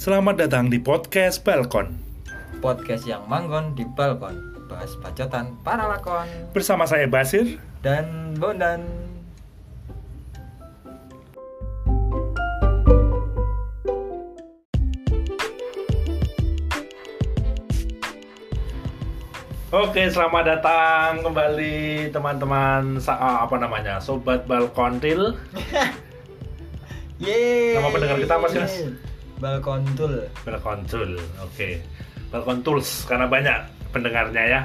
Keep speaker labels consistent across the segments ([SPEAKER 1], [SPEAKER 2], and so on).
[SPEAKER 1] Selamat datang di podcast Balkon
[SPEAKER 2] podcast yang manggon di balkon bahas bacotan para lakon
[SPEAKER 1] bersama saya Basir.
[SPEAKER 2] dan bondan
[SPEAKER 1] Oke, selamat datang kembali teman-teman sa- ah, apa namanya sobat Balkontil.
[SPEAKER 2] Yeay
[SPEAKER 1] Nama pendengar kita apa sih, Mas?
[SPEAKER 2] balkon tul
[SPEAKER 1] Balkontul. Oke. Balkontools karena banyak pendengarnya ya.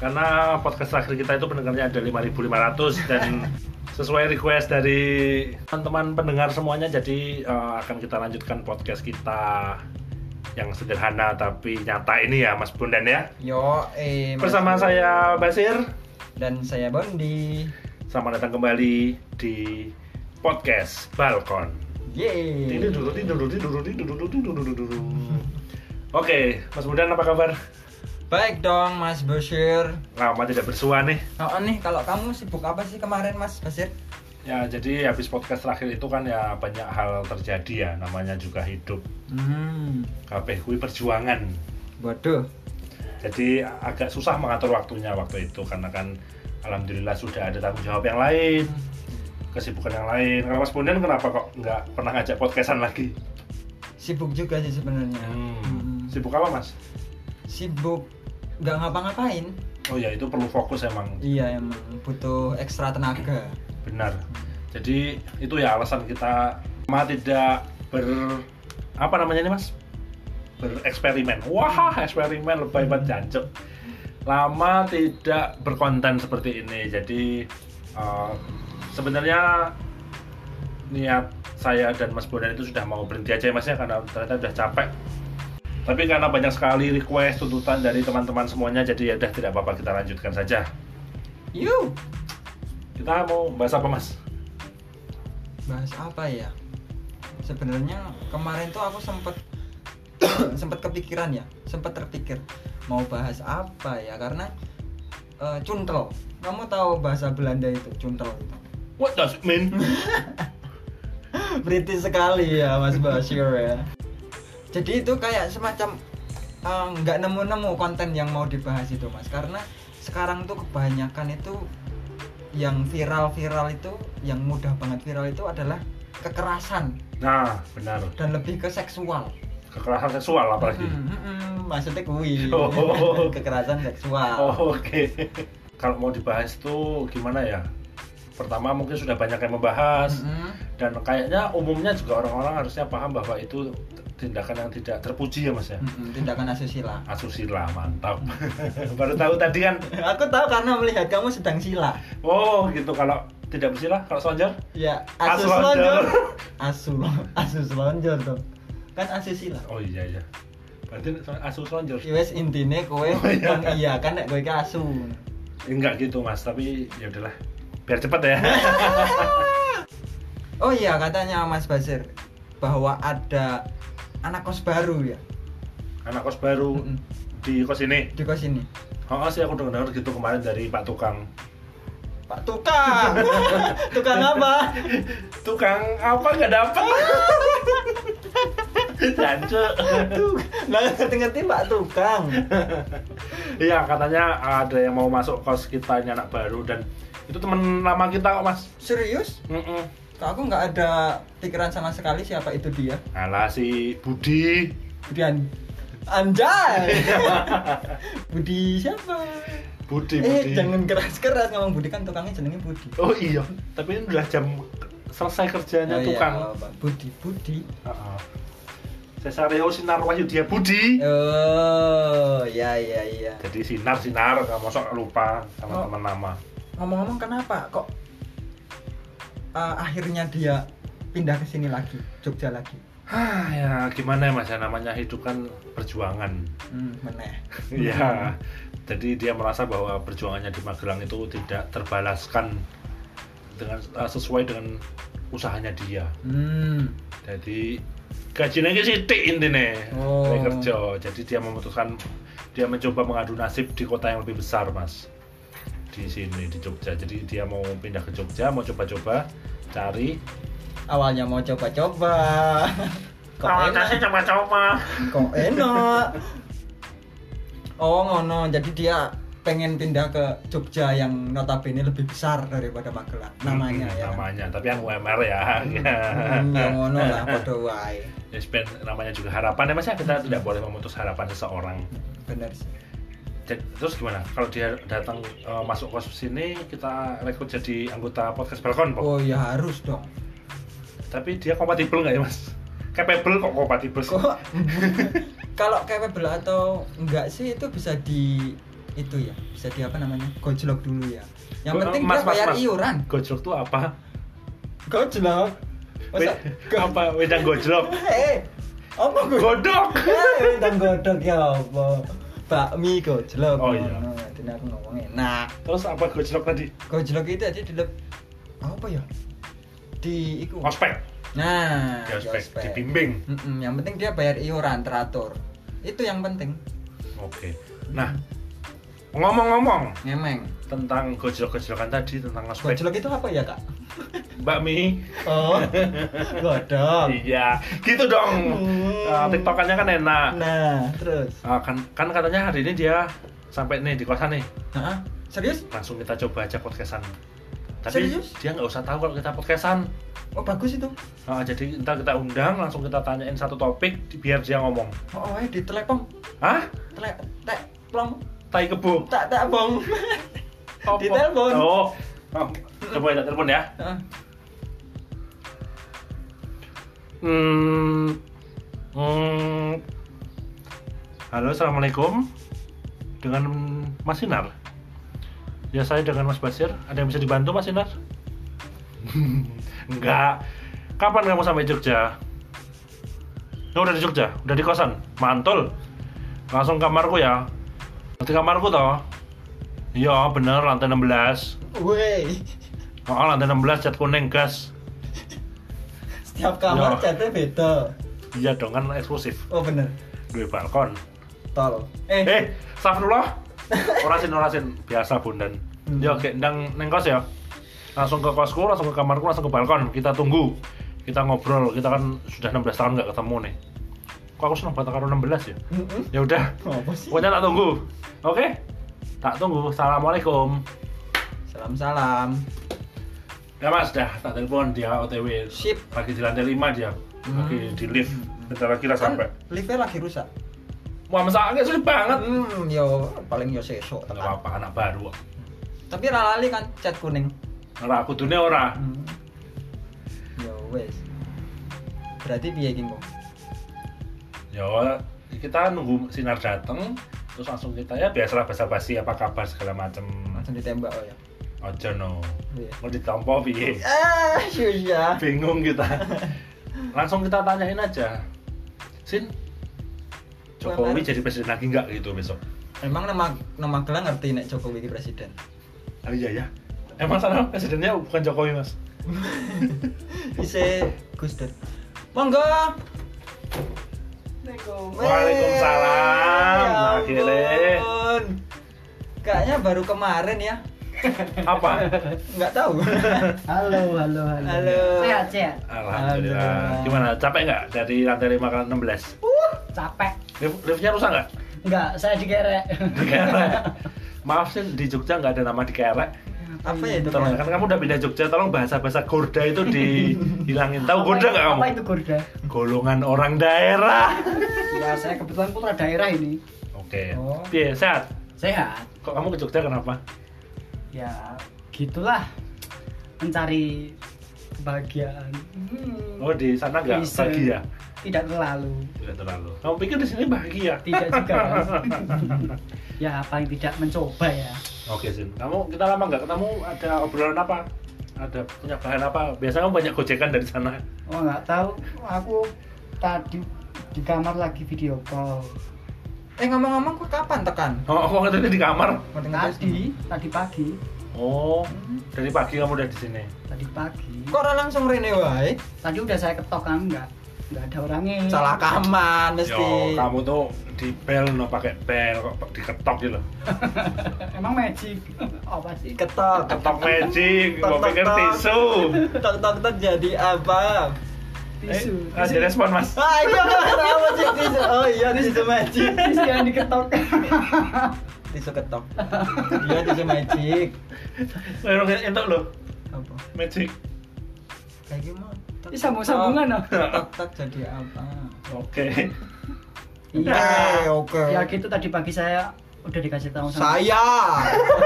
[SPEAKER 1] Karena podcast terakhir kita itu pendengarnya ada 5.500 dan sesuai request dari teman-teman pendengar semuanya jadi eh, akan kita lanjutkan podcast kita yang sederhana tapi nyata ini ya Mas Bundan ya.
[SPEAKER 2] yo eh Mas
[SPEAKER 1] Bersama
[SPEAKER 2] Bun.
[SPEAKER 1] saya Basir.
[SPEAKER 2] dan saya bondi
[SPEAKER 1] Selamat datang kembali di podcast Balkon.
[SPEAKER 2] Yeay
[SPEAKER 1] Tidur dulu, tidur dulu, tidur dulu, tidur dulu, tidur dulu, tidur dulu. Oke, Mas Bundan apa kabar?
[SPEAKER 2] baik dong mas Bashir
[SPEAKER 1] Lama tidak bersua nih.
[SPEAKER 2] oh, nih kalau kamu sibuk apa sih kemarin mas Bashir
[SPEAKER 1] Ya, jadi habis podcast terakhir itu kan ya banyak hal terjadi ya, namanya juga hidup.
[SPEAKER 2] hmm
[SPEAKER 1] Kabeh kui perjuangan.
[SPEAKER 2] waduh
[SPEAKER 1] Jadi agak susah mengatur waktunya waktu itu karena kan alhamdulillah sudah ada tanggung jawab yang lain, kesibukan yang lain. Kalau Mas Bundan kenapa kok nggak pernah ngajak podcastan lagi?
[SPEAKER 2] sibuk juga sih sebenarnya
[SPEAKER 1] Hmm.
[SPEAKER 2] Hmm.
[SPEAKER 1] Sibuk apa, Mas?
[SPEAKER 2] sibuk nggak ngapa-ngapain
[SPEAKER 1] Oh ya itu perlu fokus emang
[SPEAKER 2] iya emang butuh ekstra tenaga
[SPEAKER 1] benar. Jadi itu ya alasan kita ma tidak ber apa namanya ini mas bereksperimen. Wah eksperimen lebih hebat jancuk. Lama tidak berkonten seperti ini. Jadi eh, sebenarnya niat saya dan Mas Bondan itu sudah mau berhenti aja ya mas ya karena ternyata sudah capek. Tapi karena banyak sekali request tuntutan dari teman-teman semuanya, jadi ya udah tidak apa-apa kita lanjutkan saja.
[SPEAKER 2] yuk
[SPEAKER 1] Kita mau bahas apa mas?
[SPEAKER 2] bahas apa ya sebenarnya kemarin tuh aku sempet sempet kepikiran ya sempet terpikir mau bahas apa ya karena eh, cuntel kamu tahu bahasa Belanda itu cuntel itu
[SPEAKER 1] What does it mean?
[SPEAKER 2] British sekali ya Mas Bashir ya jadi itu kayak semacam eh, nggak nemu-nemu konten yang mau dibahas itu Mas karena sekarang tuh kebanyakan itu yang viral-viral itu yang mudah banget viral itu adalah kekerasan
[SPEAKER 1] Nah, benar.
[SPEAKER 2] dan lebih ke seksual.
[SPEAKER 1] Kekerasan seksual apalagi.
[SPEAKER 2] Hmm, hmm, hmm, maksudnya kui
[SPEAKER 1] Oh.
[SPEAKER 2] kekerasan seksual.
[SPEAKER 1] Oh, Oke. Kalau mau dibahas tuh gimana ya? Pertama mungkin sudah banyak yang membahas
[SPEAKER 2] Hmm,
[SPEAKER 1] dan kayaknya umumnya juga orang-orang harusnya paham bahwa itu tindakan yang tidak terpuji ya Mas ya.
[SPEAKER 2] hmm, hmm, tindakan asusila.
[SPEAKER 1] Asusila mantap. Baru tahu tadi kan.
[SPEAKER 2] Aku tahu karena melihat kamu sedang sila.
[SPEAKER 1] Oh, gitu kalau tidak bersila kalau sonjol
[SPEAKER 2] Ya, asus
[SPEAKER 1] Aslonjor.
[SPEAKER 2] lonjor. Asu, asus lonjor tuh. Kan asusila.
[SPEAKER 1] Oh iya iya. Berarti asus sonjol.
[SPEAKER 2] Ya Wes intine kowe
[SPEAKER 1] Oh, iya.
[SPEAKER 2] iya kan nek kowe iki asu.
[SPEAKER 1] Enggak gitu Mas, tapi ya udahlah. Biar cepat ya.
[SPEAKER 2] Oh iya katanya Mas Basir bahwa ada anak kos baru ya
[SPEAKER 1] Anak kos baru
[SPEAKER 2] Mm-mm.
[SPEAKER 1] di kos ini.
[SPEAKER 2] di kos ini.
[SPEAKER 1] Oh sih aku dengar gitu kemarin dari Pak Tukang.
[SPEAKER 2] Pak tukang. tukang apa?
[SPEAKER 1] Tukang apa
[SPEAKER 2] kan
[SPEAKER 1] nggak dapat? Jancuk.
[SPEAKER 2] Tuh, nggak ngerti-ngerti Pak Tukang.
[SPEAKER 1] Iya katanya ada yang mau masuk kos kita ini anak baru dan itu teman lama kita kok mas.
[SPEAKER 2] Serius?
[SPEAKER 1] Mm-mm.
[SPEAKER 2] Kok aku nggak ada pikiran sama sekali siapa itu dia.
[SPEAKER 1] Alah si Budi.
[SPEAKER 2] Budian Anjay. Budi siapa?
[SPEAKER 1] Budi
[SPEAKER 2] eh,
[SPEAKER 1] Budi.
[SPEAKER 2] jangan keras-keras ngomong Budi kan tukangnya jenenge Budi.
[SPEAKER 1] Oh iya. Tapi ini udah jam selesai kerjanya
[SPEAKER 2] Oh iya,
[SPEAKER 1] tukang.
[SPEAKER 2] nggak apa-apa. Budi, Budi.
[SPEAKER 1] Heeh. Cesario Sinar Wahyudia
[SPEAKER 2] Eh.
[SPEAKER 1] Budi.
[SPEAKER 2] Oh, ya ya ya.
[SPEAKER 1] Jadi sinar sinar nggak masuk lupa sama
[SPEAKER 2] Oh.
[SPEAKER 1] teman lama.
[SPEAKER 2] Ngomong-ngomong kenapa kok eh, akhirnya dia pindah ke sini lagi, Jogja lagi.
[SPEAKER 1] Hah, ya gimana ya mas ya namanya hidup kan perjuangan.
[SPEAKER 2] Hmm, meneh.
[SPEAKER 1] Iya. Jadi dia merasa bahwa perjuangannya di Magelang itu tidak terbalaskan dengan eh, sesuai dengan usahanya dia.
[SPEAKER 2] Hmm.
[SPEAKER 1] Jadi gajinya ini sithik intine.
[SPEAKER 2] Oh.
[SPEAKER 1] Lek kerja. Jadi dia memutuskan dia mencoba mengadu nasib di kota yang lebih besar, Mas. Di sini di Jogja. Jadi dia mau pindah ke Jogja, mau coba-coba cari
[SPEAKER 2] awalnya mau coba-coba kok
[SPEAKER 1] Kalau
[SPEAKER 2] enak
[SPEAKER 1] tasnya coba-coba.
[SPEAKER 2] kok enak oh ngono jadi dia pengen pindah ke Jogja yang notabene lebih besar daripada Magelang namanya
[SPEAKER 1] Hmm,
[SPEAKER 2] ya kan?
[SPEAKER 1] Namanya, tapi yang UMR ya.
[SPEAKER 2] Hmm, ya ngono lah padha wae
[SPEAKER 1] Ya, sepen- namanya juga harapan ya mas ya kita tidak boleh memutus harapan seseorang.
[SPEAKER 2] bener sih
[SPEAKER 1] Jadi, terus gimana? Kalau dia datang eh, masuk kos sini kita rekrut jadi anggota podcast Balkon, Pok.
[SPEAKER 2] oh ya harus dong
[SPEAKER 1] Tapi dia kompatibel nggak ya mas? Capable kok kompatibel sih?
[SPEAKER 2] kok kalau capable atau enggak sih itu bisa di itu ya bisa di apa namanya gojlok dulu ya yang
[SPEAKER 1] Go-
[SPEAKER 2] penting
[SPEAKER 1] mas, mas,
[SPEAKER 2] dia bayar
[SPEAKER 1] mas.
[SPEAKER 2] iuran
[SPEAKER 1] Gojlok tuh apa?
[SPEAKER 2] gojlok masa
[SPEAKER 1] Wed-
[SPEAKER 2] go-
[SPEAKER 1] apa? Wedang gojlok?
[SPEAKER 2] eh apa gojlok
[SPEAKER 1] Godok!
[SPEAKER 2] Eh, tentang godok ya apa bakmi gojlok
[SPEAKER 1] Oh, iya.
[SPEAKER 2] Nah, tadi aku ngomong enak
[SPEAKER 1] Terus apa gojlok tadi?
[SPEAKER 2] gojlok itu tadi di leb- apa ya di iku
[SPEAKER 1] Ospek.
[SPEAKER 2] nah
[SPEAKER 1] Di ospek.
[SPEAKER 2] ospek.
[SPEAKER 1] Dibimbing.
[SPEAKER 2] Mm-mm, yang penting dia bayar iuran teratur itu yang penting
[SPEAKER 1] Oke. Nah, ngomong-ngomong
[SPEAKER 2] ngemeng
[SPEAKER 1] tentang gojlok-gojlokan tadi tentang ospek.
[SPEAKER 2] Gojlok itu apa ya kak?
[SPEAKER 1] Mbak Mi.
[SPEAKER 2] Oh, godok.
[SPEAKER 1] Iya, gitu dong.
[SPEAKER 2] Hmm.
[SPEAKER 1] Nah, TikTokannya kan enak.
[SPEAKER 2] Nah, terus.
[SPEAKER 1] Ah, kan kan katanya hari ini dia sampai nih di kosan nih.
[SPEAKER 2] Hah? Serius?
[SPEAKER 1] Langsung kita coba aja podcastan. Tapi
[SPEAKER 2] Serius?
[SPEAKER 1] dia nggak usah tahu kalau kita podcastan.
[SPEAKER 2] Oh bagus itu.
[SPEAKER 1] Ah, jadi ntar kita undang langsung kita tanyain satu topik biar dia ngomong.
[SPEAKER 2] Oh, oh eh, di telepon,
[SPEAKER 1] Hah?
[SPEAKER 2] telek, tek, plong,
[SPEAKER 1] Tai kebo.
[SPEAKER 2] tak tak bong.
[SPEAKER 1] Apa?
[SPEAKER 2] Di telepon.
[SPEAKER 1] Oh. Oh, Coba kita telepon ya.
[SPEAKER 2] Heeh.
[SPEAKER 1] Hmm. Hmm. Halo, assalamualaikum. Dengan Mas Sinar. Ya saya dengan Mas Basir. Ada yang bisa dibantu Mas Sinar? Enggak. Kapan kamu sampai Jogja? Oh, udah di Jogja, udah di kosan. Mantul. Langsung kamarku ya. Nanti kamarku toh. Iya, bener lantai 16.
[SPEAKER 2] Woi,
[SPEAKER 1] Oh, lantai 16 cat kuning gas.
[SPEAKER 2] setiap kamar
[SPEAKER 1] Yo.
[SPEAKER 2] catnya beda.
[SPEAKER 1] Iya dong kan eksklusif.
[SPEAKER 2] Oh bener.
[SPEAKER 1] Dua balkon.
[SPEAKER 2] Tol. Eh,
[SPEAKER 1] Eh, Safrullah. Orasin orasin biasa bundan.
[SPEAKER 2] Hmm.
[SPEAKER 1] Ya oke, ndang neng kos ya. Langsung ke kosku, langsung ke kamarku, langsung ke balkon. Kita tunggu. Kita ngobrol. Kita kan sudah 16 tahun nggak ketemu nih. Kok aku seneng banget karo 16 ya?
[SPEAKER 2] Mm-mm.
[SPEAKER 1] Ya udah,
[SPEAKER 2] apa sih?
[SPEAKER 1] pokoknya tak tunggu. Oke? Tak tunggu. Assalamualaikum.
[SPEAKER 2] Salam salam.
[SPEAKER 1] Ya mas, dah tak telepon dia OTW.
[SPEAKER 2] Sip.
[SPEAKER 1] Lagi di lantai 5 dia. Lagi
[SPEAKER 2] Hmm.
[SPEAKER 1] di lift. Bentar lagi lah
[SPEAKER 2] Kan
[SPEAKER 1] sampai.
[SPEAKER 2] liftnya lagi rusak.
[SPEAKER 1] Wah, masaknya sulit banget.
[SPEAKER 2] Hmm, yo paling yo sesuk
[SPEAKER 1] Nggak
[SPEAKER 2] tekan.
[SPEAKER 1] apa-apa, anak baru.
[SPEAKER 2] Tapi lalali kan cat kuning.
[SPEAKER 1] Ora aku dunia ora.
[SPEAKER 2] Hmm. Ya wes. Berarti piye iki, Bung?
[SPEAKER 1] ya kita nunggu sinar dateng terus langsung kita ya biasalah basa-basi apa kabar segala macem
[SPEAKER 2] Langsung ditembak oh ya.
[SPEAKER 1] ojo no
[SPEAKER 2] Iya.
[SPEAKER 1] mau ditompo piye
[SPEAKER 2] Ah, susah.
[SPEAKER 1] bingung kita langsung kita tanyain aja sin Jokowi
[SPEAKER 2] Wah,
[SPEAKER 1] jadi presiden lagi nggak gitu besok
[SPEAKER 2] Emang nama nama gelang ngerti nek Jokowi iki presiden.
[SPEAKER 1] tapi iya ya emang sana presidennya bukan Jokowi mas
[SPEAKER 2] Ise Gus Dur. Monggo.
[SPEAKER 1] Waalaikumsalam,
[SPEAKER 2] Ya
[SPEAKER 1] akhirnya.
[SPEAKER 2] ampun. Kayaknya baru kemarin ya.
[SPEAKER 1] apa
[SPEAKER 2] Nggak tahu.
[SPEAKER 3] Halo, halo, halo.
[SPEAKER 2] Halo.
[SPEAKER 3] Sehat, sehat.
[SPEAKER 1] Alhamdulillah
[SPEAKER 2] Alhamdulillah.
[SPEAKER 1] gimana capek nggak dari lantai 5 ke 16
[SPEAKER 3] Capek.
[SPEAKER 1] lift liftnya rusak nggak
[SPEAKER 3] Enggak, saya dikerek.
[SPEAKER 1] dikerek E. maaf sin di E. Jogja nggak ada nama dikerek
[SPEAKER 2] Apa ya itu?
[SPEAKER 1] Tolong, kan kamu udah pindah Jogja, tolong bahasa-bahasa gorda itu dihilangin. Tahu gorda nggak kamu?
[SPEAKER 3] Apa itu gorda?
[SPEAKER 1] Golongan orang daerah.
[SPEAKER 3] Ya, saya kebetulan putra daerah ini.
[SPEAKER 1] Oke.
[SPEAKER 2] Oh.
[SPEAKER 1] Piye, sehat?
[SPEAKER 3] Sehat.
[SPEAKER 1] Kok kamu ke Jogja kenapa?
[SPEAKER 3] Ya, gitulah. Mencari kebahagiaan. Hmm.
[SPEAKER 1] Oh, di sana nggak
[SPEAKER 3] Bisa.
[SPEAKER 1] bahagia?
[SPEAKER 3] Tidak terlalu.
[SPEAKER 1] Tidak terlalu. Kamu pikir di sini bahagia?
[SPEAKER 3] Tidak juga. ya, paling tidak mencoba ya.
[SPEAKER 1] Oke, Sin. Kamu kita lama nggak ketemu, ada obrolan apa? Ada punya bahan apa? Biasanya kamu banyak gojekan dari sana.
[SPEAKER 3] Oh, nggak tahu. Aku tadi di kamar lagi video call.
[SPEAKER 2] Eh ngomong-ngomong kok kapan tekan?
[SPEAKER 1] Oh, aku tadi di kamar.
[SPEAKER 3] Tadi, tadi pagi.
[SPEAKER 1] Oh, dari pagi kamu udah di sini.
[SPEAKER 3] Tadi pagi.
[SPEAKER 2] Kok orang langsung rene wae?
[SPEAKER 3] Tadi udah saya ketok kan enggak? Enggak ada orangnya.
[SPEAKER 2] Salah kaman
[SPEAKER 1] Yo,
[SPEAKER 2] mesti.
[SPEAKER 1] kamu tuh di bel, no pakai bel, kok diketok gitu.
[SPEAKER 3] Emang magic. Apa sih?
[SPEAKER 2] Ketok.
[SPEAKER 1] Ketok magic,
[SPEAKER 2] Tok,
[SPEAKER 1] gua
[SPEAKER 2] tok,
[SPEAKER 1] pikir
[SPEAKER 2] tok.
[SPEAKER 1] tisu.
[SPEAKER 2] Tok tok tok jadi apa?
[SPEAKER 1] Eh,
[SPEAKER 3] tisu
[SPEAKER 1] ada respon mas.
[SPEAKER 2] ah itu kenapa sih tisu oh iya tisu magic
[SPEAKER 3] tisu yang diketok
[SPEAKER 2] tisu ketok iya tisu magic
[SPEAKER 1] Orang entok loh,
[SPEAKER 2] apa
[SPEAKER 1] magic.
[SPEAKER 2] kayak gimana
[SPEAKER 3] Ih, sambung-sambungan,
[SPEAKER 1] Oh.
[SPEAKER 3] ah.
[SPEAKER 2] tak tak jadi apa
[SPEAKER 1] Oke.
[SPEAKER 2] Oke, Eh, oke.
[SPEAKER 3] Iya. ya gitu tadi pagi saya udah dikasih tahu sama
[SPEAKER 2] saya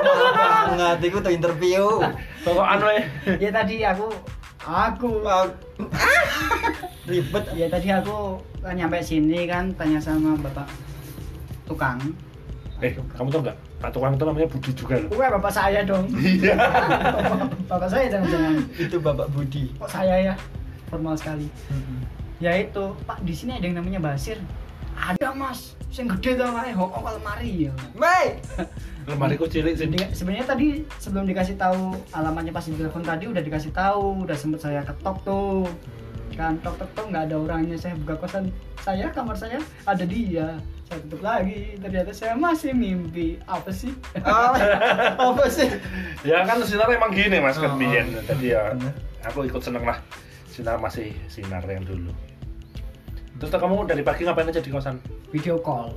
[SPEAKER 2] Mahal banget itu tuh interview
[SPEAKER 1] Toko anu ya.
[SPEAKER 3] ya tadi aku aku
[SPEAKER 2] Wah, ah, ribet
[SPEAKER 3] ya tadi aku kan nyampe sini kan tanya sama bapak tukang
[SPEAKER 1] Eh, kamu tau nggak? Pak tukang itu namanya Budi juga loh.
[SPEAKER 3] Wah bapak saya dong
[SPEAKER 1] Iya.
[SPEAKER 3] bapak saya jangan-jangan
[SPEAKER 2] itu bapak Budi
[SPEAKER 3] kok saya ya formal sekali ya itu pak di sini ada yang namanya Basir ada mas yang gede tau mas hokong almari ya
[SPEAKER 2] Mei
[SPEAKER 1] Lemari ku cilik sini.
[SPEAKER 3] Jadi, sebenarnya tadi sebelum dikasih tahu alamatnya pas di telepon tadi udah dikasih tahu udah sempet saya ketok tuh kan tok tok tok nggak ada orangnya saya buka kosan saya kamar saya ada dia saya tutup lagi ternyata saya masih mimpi apa sih
[SPEAKER 2] Ah, apa sih
[SPEAKER 1] Ya kan sinar emang gini mas kan
[SPEAKER 2] Oh,
[SPEAKER 1] biyen.
[SPEAKER 2] oh.
[SPEAKER 1] Jadi ya
[SPEAKER 2] Bener.
[SPEAKER 1] aku ikut seneng lah. Sinar masih sinar yang dulu. Terus tuh kamu dari pagi ngapain aja di kosan?
[SPEAKER 3] video call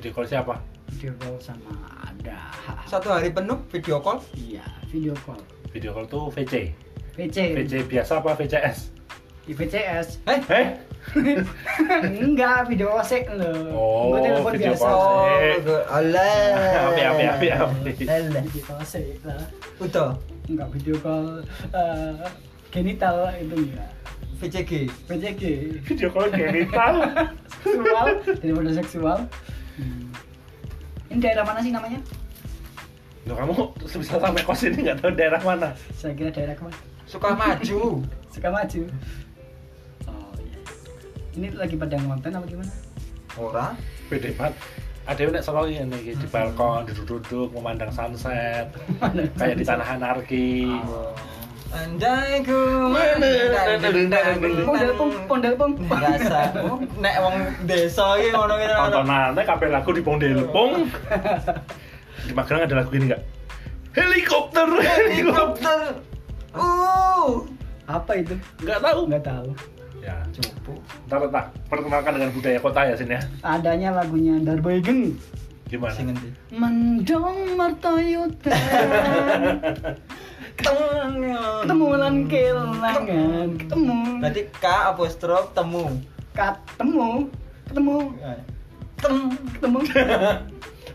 [SPEAKER 1] Video call siapa?
[SPEAKER 3] video call sama ada
[SPEAKER 2] satu hari penuh video call
[SPEAKER 3] iya video call
[SPEAKER 1] Video call tuh VC.
[SPEAKER 3] VC,
[SPEAKER 1] VC biasa apa VCS?
[SPEAKER 3] di VCS
[SPEAKER 2] eh
[SPEAKER 1] Eh?
[SPEAKER 3] enggak video osek lo
[SPEAKER 1] Oh,
[SPEAKER 3] Gua telepon
[SPEAKER 1] video
[SPEAKER 3] biasa
[SPEAKER 1] call.
[SPEAKER 2] oh
[SPEAKER 1] Eh.
[SPEAKER 2] alah
[SPEAKER 1] Api, api, api, api.
[SPEAKER 2] Alah.
[SPEAKER 3] video osek lah
[SPEAKER 2] udah
[SPEAKER 3] enggak video call eh, genital itu enggak
[SPEAKER 2] VCG
[SPEAKER 3] PJG
[SPEAKER 1] Video call genital.
[SPEAKER 3] seksual daripada seksual Hmm. ini daerah mana sih namanya
[SPEAKER 1] Loh kamu kok bisa sampai kos ini nggak tahu daerah mana?
[SPEAKER 3] saya kira daerah kemana
[SPEAKER 2] suka maju
[SPEAKER 3] suka maju oh iya ini lagi pada ngonten apa gimana
[SPEAKER 2] ora
[SPEAKER 1] Pede banget. Ada yang nek selalu ini iki, di balkon duduk-duduk memandang sunset kayak di tanah anarki.
[SPEAKER 2] andai ku menendang bintang
[SPEAKER 3] pondel pong pondel pong
[SPEAKER 2] biasa nek wong desa iki ngono kira
[SPEAKER 1] Tontonannya kabeh lagu di Pong Delpong. Di Magelang ada lagu ini nggak? Helikopter, helikopter.
[SPEAKER 2] helikopter uh
[SPEAKER 3] apa itu
[SPEAKER 1] Nggak tahu.
[SPEAKER 3] nggak tahu
[SPEAKER 1] Ya,
[SPEAKER 2] cupu
[SPEAKER 1] ntar tak perkenalkan dengan budaya kota ya sini ya.
[SPEAKER 3] adanya lagunya Darboygeng
[SPEAKER 1] Gimana?
[SPEAKER 2] sing ngendi
[SPEAKER 3] mendong martoyutan ketemu lan
[SPEAKER 2] ya.
[SPEAKER 3] kelangan ketemu
[SPEAKER 2] berarti K apostrof temu
[SPEAKER 3] ketemu ketemu
[SPEAKER 2] tem
[SPEAKER 3] ketemu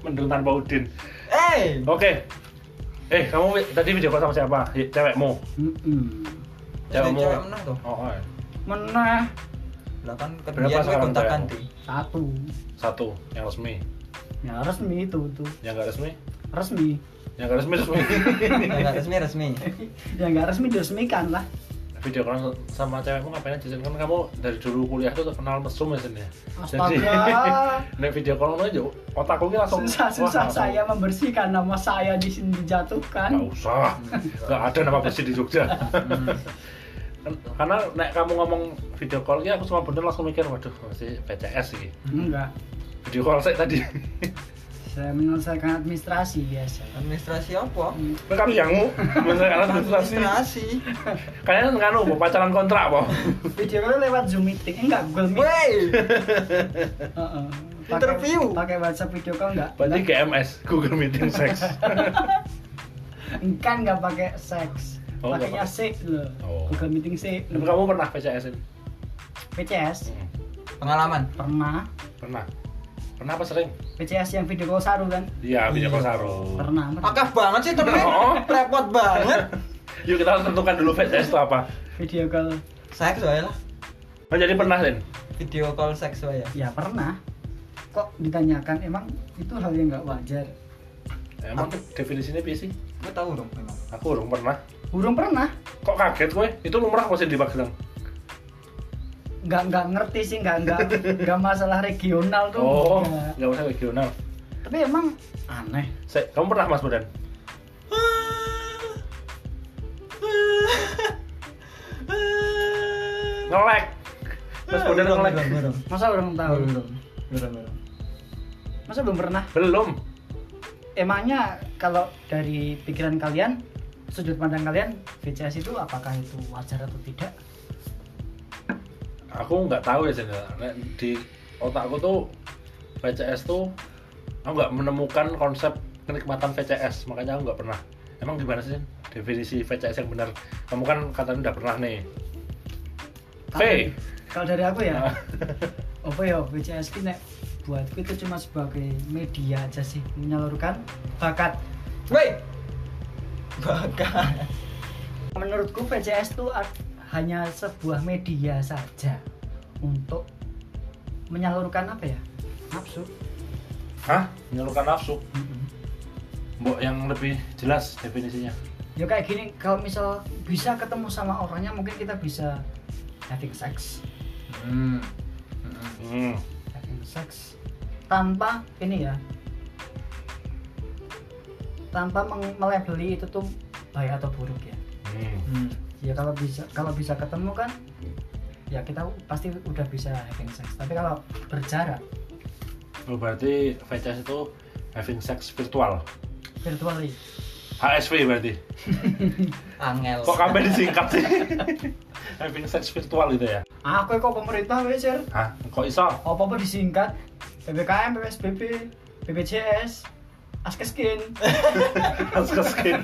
[SPEAKER 1] Mendung tanpa Udin.
[SPEAKER 2] eh
[SPEAKER 1] Oke. Eh, kamu Wi, tadi video call sama siapa? Ya, Cewekmu.
[SPEAKER 3] Mm-mm.
[SPEAKER 2] Ada cewek menang tuh
[SPEAKER 1] Oh, oh.
[SPEAKER 3] menah
[SPEAKER 2] lah kan
[SPEAKER 1] Berapa
[SPEAKER 2] kebiasaan
[SPEAKER 1] sekarang
[SPEAKER 2] kontak
[SPEAKER 1] cewekmu?
[SPEAKER 2] ganti
[SPEAKER 3] satu
[SPEAKER 1] Satu yang resmi.
[SPEAKER 3] ya resmi itu tuh
[SPEAKER 1] Yang nggak resmi?
[SPEAKER 3] resmi
[SPEAKER 1] Yang nggak resmi resmi.
[SPEAKER 2] Nggak resmi resmi
[SPEAKER 3] ya nggak resmi diresmikan lah
[SPEAKER 1] video call sama cewekmu ngapain aja Sin? kan kamu dari dulu kuliah tuh kenal mesum ya Sin, ya jadi
[SPEAKER 3] Astaga.
[SPEAKER 1] nek video call ngono aja otakku ini langsung
[SPEAKER 3] susah susah
[SPEAKER 1] wah, langsung,
[SPEAKER 3] saya membersihkan nama saya di sini
[SPEAKER 1] nggak
[SPEAKER 3] dijatuhkan
[SPEAKER 1] usah nggak ada nama besi di Jogja
[SPEAKER 2] Hmm.
[SPEAKER 1] Kan- karena nek kamu ngomong video call ini aku cuma bener langsung mikir waduh masih PCS sih
[SPEAKER 3] enggak
[SPEAKER 1] video call saya tadi
[SPEAKER 3] saya menyelesaikan administrasi ya, biasa
[SPEAKER 2] administrasi apa
[SPEAKER 1] Nah, kamu yangmu masalah administrasi
[SPEAKER 2] administrasi
[SPEAKER 1] kalian nganu mau kan pacaran kontrak mau
[SPEAKER 3] video call lewat zoom meeting eh, enggak google meet
[SPEAKER 2] Wey,
[SPEAKER 3] Heeh. Pakai-
[SPEAKER 2] Interview.
[SPEAKER 3] pakai whatsapp video call enggak
[SPEAKER 1] berarti GMS Google Meeting Sex
[SPEAKER 3] kan nggak pakai seks
[SPEAKER 1] Oh, nggak
[SPEAKER 3] pakainya
[SPEAKER 1] pakai.
[SPEAKER 3] C loh
[SPEAKER 1] Oh.
[SPEAKER 3] Google Meeting C
[SPEAKER 1] tapi kamu pernah PCS -in?
[SPEAKER 3] PCS
[SPEAKER 2] pengalaman
[SPEAKER 3] pernah
[SPEAKER 1] pernah pernah apa sering
[SPEAKER 3] PCS yang video call saru kan
[SPEAKER 1] iya video call
[SPEAKER 2] Iya.
[SPEAKER 1] sarung
[SPEAKER 3] pernah pernah
[SPEAKER 2] akeh banget sih tapi
[SPEAKER 1] Oh.
[SPEAKER 2] repot banget
[SPEAKER 1] Yuk kita harus tentukan dulu VCS itu apa.
[SPEAKER 3] video call
[SPEAKER 2] seks wae lah
[SPEAKER 1] Oh jadi pernah Lin?
[SPEAKER 2] video call seks wae ya
[SPEAKER 3] ya pernah kok ditanyakan emang itu hal yang nggak wajar
[SPEAKER 1] Ya, Emang definisinya apa sih?
[SPEAKER 2] gue tahu dong memang
[SPEAKER 1] Aku urung pernah.
[SPEAKER 3] burung pernah
[SPEAKER 1] Kok kaget gue? Itu lumrah kok sih di Magelang.
[SPEAKER 3] nggak nggak ngerti sih nggak nggak nggak masalah regional tuh
[SPEAKER 1] Oh,
[SPEAKER 3] nggak.
[SPEAKER 1] nggak usah regional.
[SPEAKER 3] tapi emang aneh
[SPEAKER 1] Se, kamu pernah Mas Mudan? Ngelek. Mas Mudan
[SPEAKER 2] Belum,
[SPEAKER 1] ngelek.
[SPEAKER 2] belum, belum.
[SPEAKER 3] masa orang tahu
[SPEAKER 2] Belum, belum, belum.
[SPEAKER 3] masa belum pernah
[SPEAKER 1] Belum.
[SPEAKER 3] emangnya kalau dari pikiran kalian sudut pandang kalian VCS itu apakah itu wajar atau tidak
[SPEAKER 1] aku nggak tahu ya Zen, ya. Nek di otakku tuh VCS tuh aku nggak menemukan konsep kenikmatan VCS makanya aku nggak pernah emang gimana sih Zen? definisi VCS yang benar kamu kan katanya udah pernah nih V
[SPEAKER 3] Tapi, kalau dari aku ya apa ya WCS nek buatku itu cuma sebagai media aja sih menyalurkan bakat
[SPEAKER 2] Woi. Bakat.
[SPEAKER 3] menurutku VCS itu ak- hanya sebuah media saja untuk menyalurkan apa ya nafsu
[SPEAKER 1] hah menyalurkan nafsu
[SPEAKER 3] Mm-mm.
[SPEAKER 1] mbok yang lebih jelas definisinya
[SPEAKER 3] ya kayak gini kalau misal bisa ketemu sama orangnya mungkin kita bisa having sex
[SPEAKER 2] Hmm.
[SPEAKER 1] hmm.
[SPEAKER 3] having sex tanpa ini ya tanpa meng- melabeli itu tuh baik atau buruk ya
[SPEAKER 1] Hmm.
[SPEAKER 2] Hmm.
[SPEAKER 3] ya kalau bisa kalau bisa ketemu kan ya kita pasti udah bisa having sex tapi kalau berjarak
[SPEAKER 1] Oh, berarti VCS itu having sex virtual
[SPEAKER 3] virtually
[SPEAKER 1] HSV berarti
[SPEAKER 2] Angel.
[SPEAKER 1] kok sampai disingkat sih having sex virtual gitu ya
[SPEAKER 3] aku kok pemerintah wes Sir.
[SPEAKER 1] hah kok iso
[SPEAKER 3] apa apa disingkat ppkm psbb bpjs askeskin
[SPEAKER 1] Harus ke skin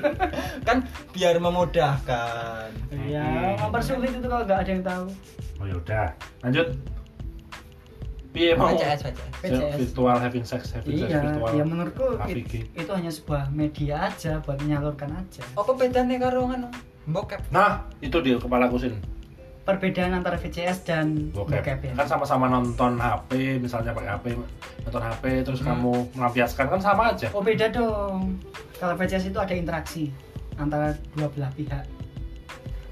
[SPEAKER 2] kan biar memudahkan.
[SPEAKER 1] Iya.
[SPEAKER 3] ya mempersulit itu kalau nggak ada yang tahu
[SPEAKER 1] oh yaudah lanjut piye mau
[SPEAKER 2] VCS, VCS.
[SPEAKER 1] Se-
[SPEAKER 3] PCS.
[SPEAKER 1] virtual having sex having sex
[SPEAKER 3] iya
[SPEAKER 1] virtual
[SPEAKER 3] ya menurutku it-
[SPEAKER 1] AVG.
[SPEAKER 3] itu hanya sebuah media aja buat menyalurkan aja
[SPEAKER 2] Apa bedanya karo ngono? Bokep.
[SPEAKER 1] nah itu di kepala aku sin
[SPEAKER 3] perbedaan antara VCS dan
[SPEAKER 1] bokep.
[SPEAKER 3] bokep ya
[SPEAKER 1] kan sama-sama nonton HP misalnya pakai HP nonton HP terus
[SPEAKER 2] Hmm.
[SPEAKER 1] kamu melampiaskan kan sama aja
[SPEAKER 3] Oh beda dong. Kalau VCS itu ada interaksi antara dua belah pihak.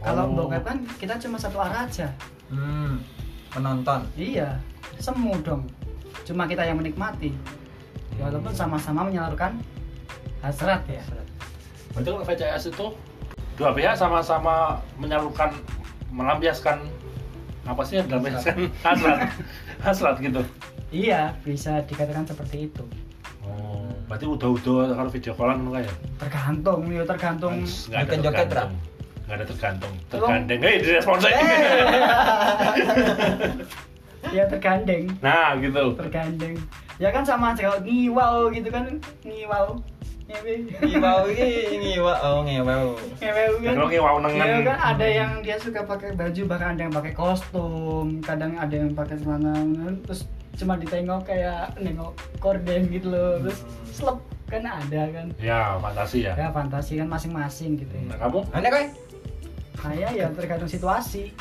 [SPEAKER 3] Kalau
[SPEAKER 1] Oh.
[SPEAKER 3] bokep kan kita cuma satu arah aja.
[SPEAKER 2] Hmm. Menonton.
[SPEAKER 3] Iya, semu dong. Cuma kita yang menikmati.
[SPEAKER 1] Hmm.
[SPEAKER 3] Walaupun sama-sama menyalurkan hasrat
[SPEAKER 2] Iya.
[SPEAKER 3] ya.
[SPEAKER 1] berarti kalau VCS itu dua pihak sama-sama menyalurkan melampiaskan apa sih yang dilampiaskan hasrat hasrat gitu
[SPEAKER 3] Iya, bisa dikatakan seperti itu.
[SPEAKER 1] oh berarti udah-udah kalau video callan ya? kayak
[SPEAKER 3] Tergantung, ya tergantung.
[SPEAKER 1] nggak ada
[SPEAKER 2] Joget-joget,
[SPEAKER 1] tergantung nggak ada tergantung
[SPEAKER 3] Tolong.
[SPEAKER 1] tergandeng Eh, hei diresponsi
[SPEAKER 2] Eh.
[SPEAKER 3] ya tergandeng,
[SPEAKER 1] nah gitu
[SPEAKER 3] tergandeng. Ya kan sama aja kalau ngiwau gitu kan, ngiwau. Iya, Ngewe.
[SPEAKER 2] Ngiwau iki ngiwau oh ngewau.
[SPEAKER 3] Ngewe
[SPEAKER 1] Ya,
[SPEAKER 3] kan.
[SPEAKER 1] kalau ngewau nengen
[SPEAKER 3] Iya kan ada yang dia suka pakai baju bahkan ada yang pakai kostum, kadang ada yang pakai celana terus cuma ditengok kayak nengok korden gitu loh. Terus slep kan ada kan.
[SPEAKER 1] ya fantasi ya
[SPEAKER 3] Ya fantasi kan masing-masing gitu
[SPEAKER 1] nah
[SPEAKER 3] ya.
[SPEAKER 1] kamu
[SPEAKER 2] Ana kowe?
[SPEAKER 3] Saya ya tergantung situasi.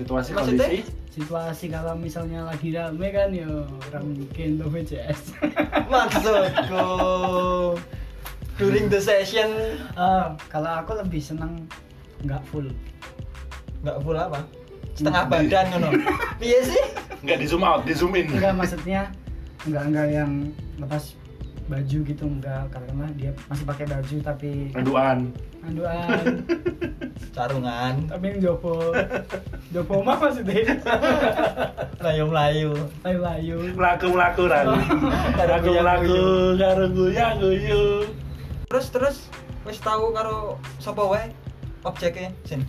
[SPEAKER 1] situasi
[SPEAKER 2] Maksudnya?
[SPEAKER 1] kondisi
[SPEAKER 3] Situasi kalau misalnya lagi rame kan ya orang mungkin tuh VCS.
[SPEAKER 2] Maksudku during the session
[SPEAKER 3] Ah, kalau aku lebih seneng nggak full.
[SPEAKER 2] nggak full apa? Setengah badan ngono. Piye sih?
[SPEAKER 1] nggak di zoom out di zoom in
[SPEAKER 3] Enggak maksudnya enggak enggak yang lepas baju gitu enggak karena dia masih pakai baju tapi
[SPEAKER 1] Renduan.
[SPEAKER 3] anduan
[SPEAKER 2] Sarungan,
[SPEAKER 3] tapi yang jopo jopo mah maksudnya
[SPEAKER 2] layu-layu.
[SPEAKER 3] layu layu
[SPEAKER 1] melaku melaku ran melaku
[SPEAKER 2] Karo guyu,
[SPEAKER 1] melaku
[SPEAKER 2] guyu.
[SPEAKER 1] karo guyu guyu
[SPEAKER 2] Terus terus wis tahu karo sapa wae objeknya Jin.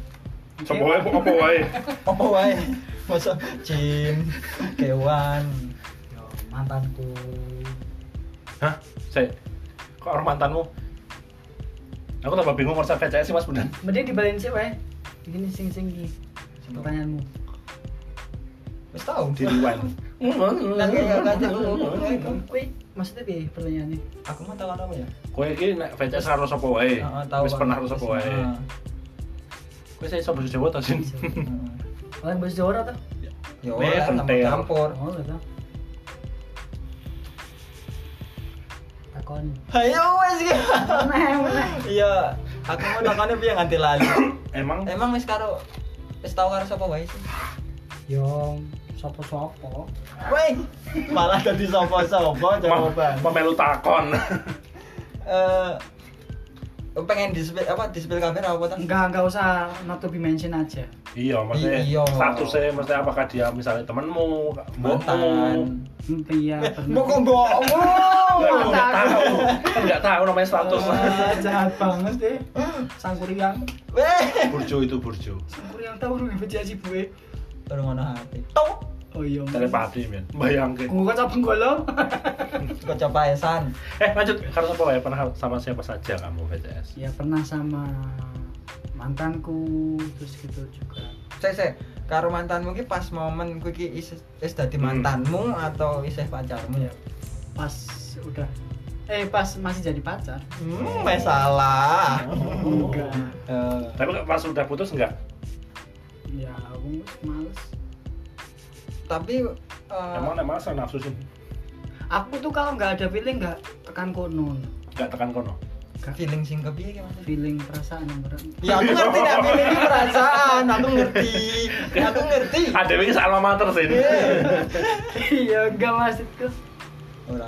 [SPEAKER 1] Sopo wae apa wae
[SPEAKER 2] Apa wae? Masa Jin, kewan.
[SPEAKER 3] Yo, mantanku
[SPEAKER 1] hah saya kok orang mantanmu aku tambah bingung konsep VCS sih mas bener
[SPEAKER 3] mending dibalikin sih weh gini sing sing di pertanyaanmu
[SPEAKER 2] Wis tahu.
[SPEAKER 1] di rewind
[SPEAKER 3] kui maksudnya bi pertanyaannya
[SPEAKER 2] Aku mau tahu apa ya? Ah,
[SPEAKER 1] kowe iki nek VCS harus apa wae
[SPEAKER 2] Heeh,
[SPEAKER 1] wis pernah harus apa wae
[SPEAKER 2] Heeh.
[SPEAKER 1] kowe saya sopo Jawa ta sin
[SPEAKER 2] Heeh.
[SPEAKER 3] orang bahasa Jawa tuh
[SPEAKER 2] Ya
[SPEAKER 1] Weh,
[SPEAKER 2] ora tambah
[SPEAKER 1] kentel.
[SPEAKER 2] campur.
[SPEAKER 3] oh gitu takon
[SPEAKER 2] Ayo ya wis iki.
[SPEAKER 3] mana mana
[SPEAKER 2] Iya, aku mau takane piye nganti lali.
[SPEAKER 1] emang
[SPEAKER 2] Emang wis karo wis tahu karo sapa wae sih?
[SPEAKER 3] yo sopo sopo
[SPEAKER 2] Woi, malah dadi sapa-sapa
[SPEAKER 1] mem-
[SPEAKER 2] jawaban.
[SPEAKER 1] memelu takon
[SPEAKER 2] Eh pengen display apa display kamera apa ta?
[SPEAKER 3] enggak enggak usah not to be mention aja
[SPEAKER 1] iya maksudnya
[SPEAKER 2] Iya.
[SPEAKER 1] statusnya maksudnya apakah dia misalnya temenmu mbokmu
[SPEAKER 2] Mantan.
[SPEAKER 3] Hmm, iya
[SPEAKER 2] Mbok Eh, kok mbok.
[SPEAKER 1] Kan Nggak, aku
[SPEAKER 3] Oh,
[SPEAKER 1] nggak tahu Aku nggak tahu namanya status
[SPEAKER 3] Wah, Eh, jahat banget deh sangkuriang
[SPEAKER 2] Weh.
[SPEAKER 1] burjo itu burjo
[SPEAKER 3] sangkuriang tahu lu dibenci si gue
[SPEAKER 2] turun ngono HP tok
[SPEAKER 3] oh iya Mas.
[SPEAKER 1] telepati men bayangin
[SPEAKER 3] gua cabang gua lo
[SPEAKER 2] kok coba esan
[SPEAKER 1] eh lanjut harus apa ya pernah sama siapa saja kamu BTS
[SPEAKER 3] ya pernah sama mantanku terus gitu juga
[SPEAKER 2] sek sek karo mantanmu ki pas momen kuwi ki is is dadi mantanmu atau isih pacarmu ya
[SPEAKER 3] pas udah eh pas masih jadi pacar
[SPEAKER 2] hmm masalah
[SPEAKER 1] Oh.
[SPEAKER 3] enggak
[SPEAKER 2] Eh,
[SPEAKER 1] tapi pas udah putus enggak
[SPEAKER 3] ya aku males
[SPEAKER 2] tapi eh,
[SPEAKER 1] emang emang masa nafsu sih
[SPEAKER 3] aku tuh kalau nggak ada feeling nggak tekan konon
[SPEAKER 1] enggak tekan kono
[SPEAKER 2] feeling sing kepiye ki Mas?
[SPEAKER 3] feeling perasaan yang berat
[SPEAKER 2] Ya aku ngerti nek miliki perasaan, aku ngerti. Aku ngerti. Iya.
[SPEAKER 1] ada ini sama mater sih
[SPEAKER 3] iya enggak maksudku
[SPEAKER 2] Ora.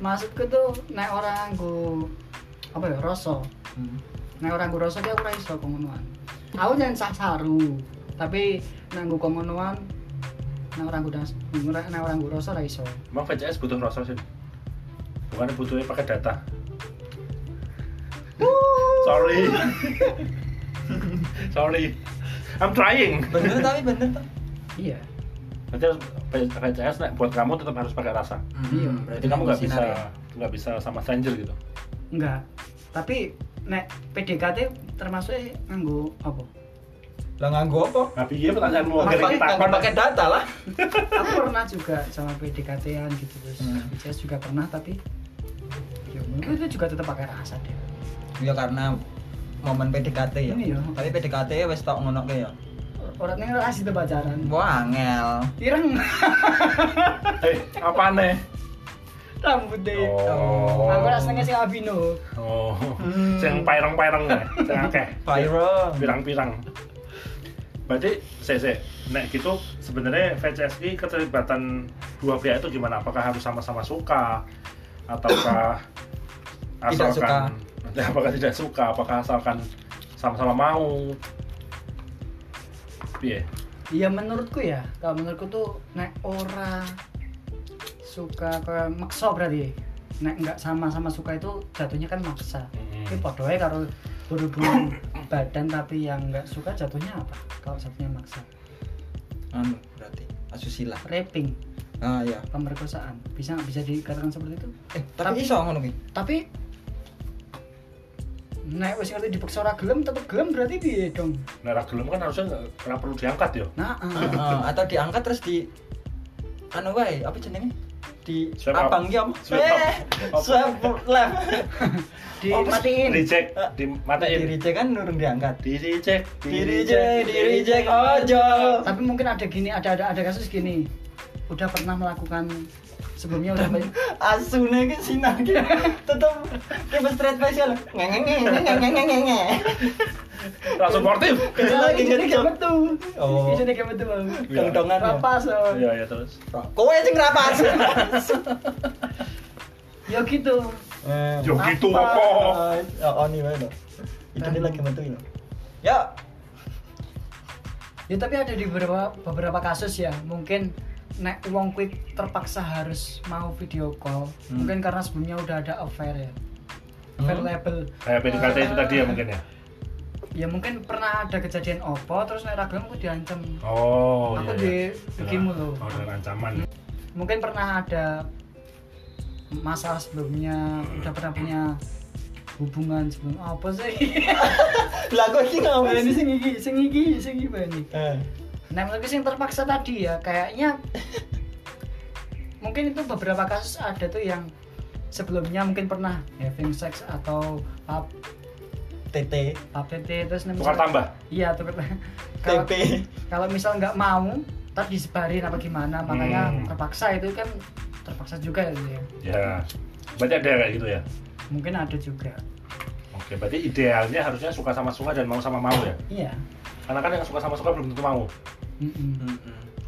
[SPEAKER 3] maksudku tuh naik orang aku apa ya rasa nek ora nggo rasa ki aku ora iso kongonoan. Aku nyen sak saru, tapi nek nggo kongonoan nek ora nggo das- nek ora nggo rasa ora iso.
[SPEAKER 1] emang VCS butuh rasa sih bukan butuhnya pakai data sorry sorry I'm trying
[SPEAKER 2] Bener tapi bener tuh.
[SPEAKER 3] Iya.
[SPEAKER 1] nanti harus VCS nek, buat kamu tetap harus pakai rasa
[SPEAKER 2] Hmm,
[SPEAKER 3] Iya.
[SPEAKER 1] berarti kamu nggak bisa
[SPEAKER 2] ya?
[SPEAKER 1] nggak bisa sama stranger gitu
[SPEAKER 3] Enggak. Tapi nek PDKT termasuk nganggo apa?
[SPEAKER 2] Lah nganggo apa?
[SPEAKER 1] nah iya pertanyaanmu
[SPEAKER 2] Pakai-
[SPEAKER 1] akhirnya
[SPEAKER 2] Pakai
[SPEAKER 1] takon
[SPEAKER 2] pakai data lah.
[SPEAKER 3] Aku pernah juga sama PDKT-an gitu terus.
[SPEAKER 2] Hmm.
[SPEAKER 3] BCS juga pernah tapi ya mungkin itu juga tetap pakai rasa deh.
[SPEAKER 2] Ya karena momen PDKT ya.
[SPEAKER 3] Iya.
[SPEAKER 2] Tapi PDKT wis tok ngono ke ya.
[SPEAKER 3] Orang ini rasa itu pacaran.
[SPEAKER 2] Wah, angel.
[SPEAKER 3] Ireng
[SPEAKER 1] eh apa nih
[SPEAKER 3] rambut deh.
[SPEAKER 1] oh
[SPEAKER 3] Aku rasanya sing albino.
[SPEAKER 1] oh
[SPEAKER 2] Hmm.
[SPEAKER 1] yang paireng-paireng ya yang akeh
[SPEAKER 2] Viral.
[SPEAKER 1] pirang-pirang berarti cc nek gitu sebenarnya VCSI keterlibatan dua pihak itu gimana apakah harus sama-sama suka ataukah
[SPEAKER 2] Tidak
[SPEAKER 1] asalkan apakah tidak suka apakah asalkan sama-sama mau piye
[SPEAKER 3] Ya menurutku ya, kalau menurutku tuh nek ora suka ke maksa berarti. Nek nggak sama-sama suka itu jatuhnya kan maksa.
[SPEAKER 2] Hmm.
[SPEAKER 3] Tapi podo ae karo berhubungan badan tapi yang nggak suka jatuhnya apa? Kalau satunya maksa.
[SPEAKER 2] Anu, berarti asusila.
[SPEAKER 3] Raping,
[SPEAKER 2] Ah ya.
[SPEAKER 3] pemerkosaan. Bisa nggak bisa dikatakan seperti itu?
[SPEAKER 2] Eh, tapi iso ngono ki.
[SPEAKER 3] Tapi nek wis ngerti dipaksa ora gelem tetep gelem berarti piye dong?
[SPEAKER 1] nah ra gelem kan harusnya nggak nggak perlu diangkat yo
[SPEAKER 3] Nah, ah.
[SPEAKER 2] Heeh, atau diangkat terus di anu wae, apa jenenge? Di
[SPEAKER 1] Swipe up.
[SPEAKER 2] abang ki apa?
[SPEAKER 1] Swipe up.
[SPEAKER 2] Eh, Swipe left.
[SPEAKER 3] Oh, dimatiin.
[SPEAKER 1] dicek dimatain
[SPEAKER 2] Eh, Diri kan nurung diangkat.
[SPEAKER 1] dicek
[SPEAKER 2] diri Jack, diri Jack, ojo.
[SPEAKER 3] tapi mungkin ada gini ada ada ada kasus gini udah pernah melakukan sebelumnya udah baik
[SPEAKER 2] Asune ke sinar ke. Tetep ke straight face ya. Ngeng ngeng ngeng ngeng ngeng ngeng.
[SPEAKER 1] ra suportif
[SPEAKER 2] Kecil lagi jadi
[SPEAKER 3] Iya, kayak betul
[SPEAKER 2] Oh.
[SPEAKER 3] jadi kayak betul
[SPEAKER 2] Dongdongan. ya.
[SPEAKER 3] apa so
[SPEAKER 1] iya iya terus
[SPEAKER 2] Kowe sing rapas.
[SPEAKER 3] ya gitu
[SPEAKER 2] Eh,
[SPEAKER 1] yo
[SPEAKER 3] Apa?
[SPEAKER 1] gitu apa
[SPEAKER 2] Ya oni wae lho. Itu dia lagi metu lho. Ya,
[SPEAKER 3] ya tapi ada di beberapa beberapa kasus ya mungkin nek wong kuwi terpaksa harus mau video call
[SPEAKER 2] Hmm.
[SPEAKER 3] mungkin karena sebelumnya udah ada affair ya affair
[SPEAKER 2] Hmm.
[SPEAKER 3] label
[SPEAKER 1] kayak PDKT itu tadi ya mungkin ya
[SPEAKER 3] ya mungkin pernah ada kejadian opo terus nek ragam aku diancam
[SPEAKER 1] Oh, iya,
[SPEAKER 3] aku di
[SPEAKER 1] iya.
[SPEAKER 3] bikinmu loh
[SPEAKER 1] Oh, ada ancaman.
[SPEAKER 3] mungkin pernah ada masalah sebelumnya udah pernah punya hubungan sebelum oh, apa sih
[SPEAKER 2] lah kok iki ngomong
[SPEAKER 3] Oh,
[SPEAKER 2] ini.
[SPEAKER 3] ini sing iki sing iki sing iki Mbak ini
[SPEAKER 2] Eh,
[SPEAKER 3] nah menurutku sing terpaksa tadi ya kayaknya mungkin itu beberapa kasus ada tuh yang sebelumnya mungkin pernah having sex atau pap
[SPEAKER 2] TT,
[SPEAKER 3] PPT terus nih
[SPEAKER 1] Tukar
[SPEAKER 3] misal-
[SPEAKER 1] tambah.
[SPEAKER 3] iya tukar kalau
[SPEAKER 2] TP.
[SPEAKER 3] kalau misal nggak mau ntar disebarin apa gimana makanya
[SPEAKER 1] Hmm.
[SPEAKER 3] terpaksa itu kan terpaksa juga ya
[SPEAKER 1] Ya. Berarti ada kayak gitu ya.
[SPEAKER 3] mungkin ada juga
[SPEAKER 1] Oke, berarti idealnya harusnya suka sama suka dan mau sama mau ya.
[SPEAKER 3] Iya.
[SPEAKER 1] Karena kan yang suka sama suka belum tentu mau.
[SPEAKER 3] Mm-mm.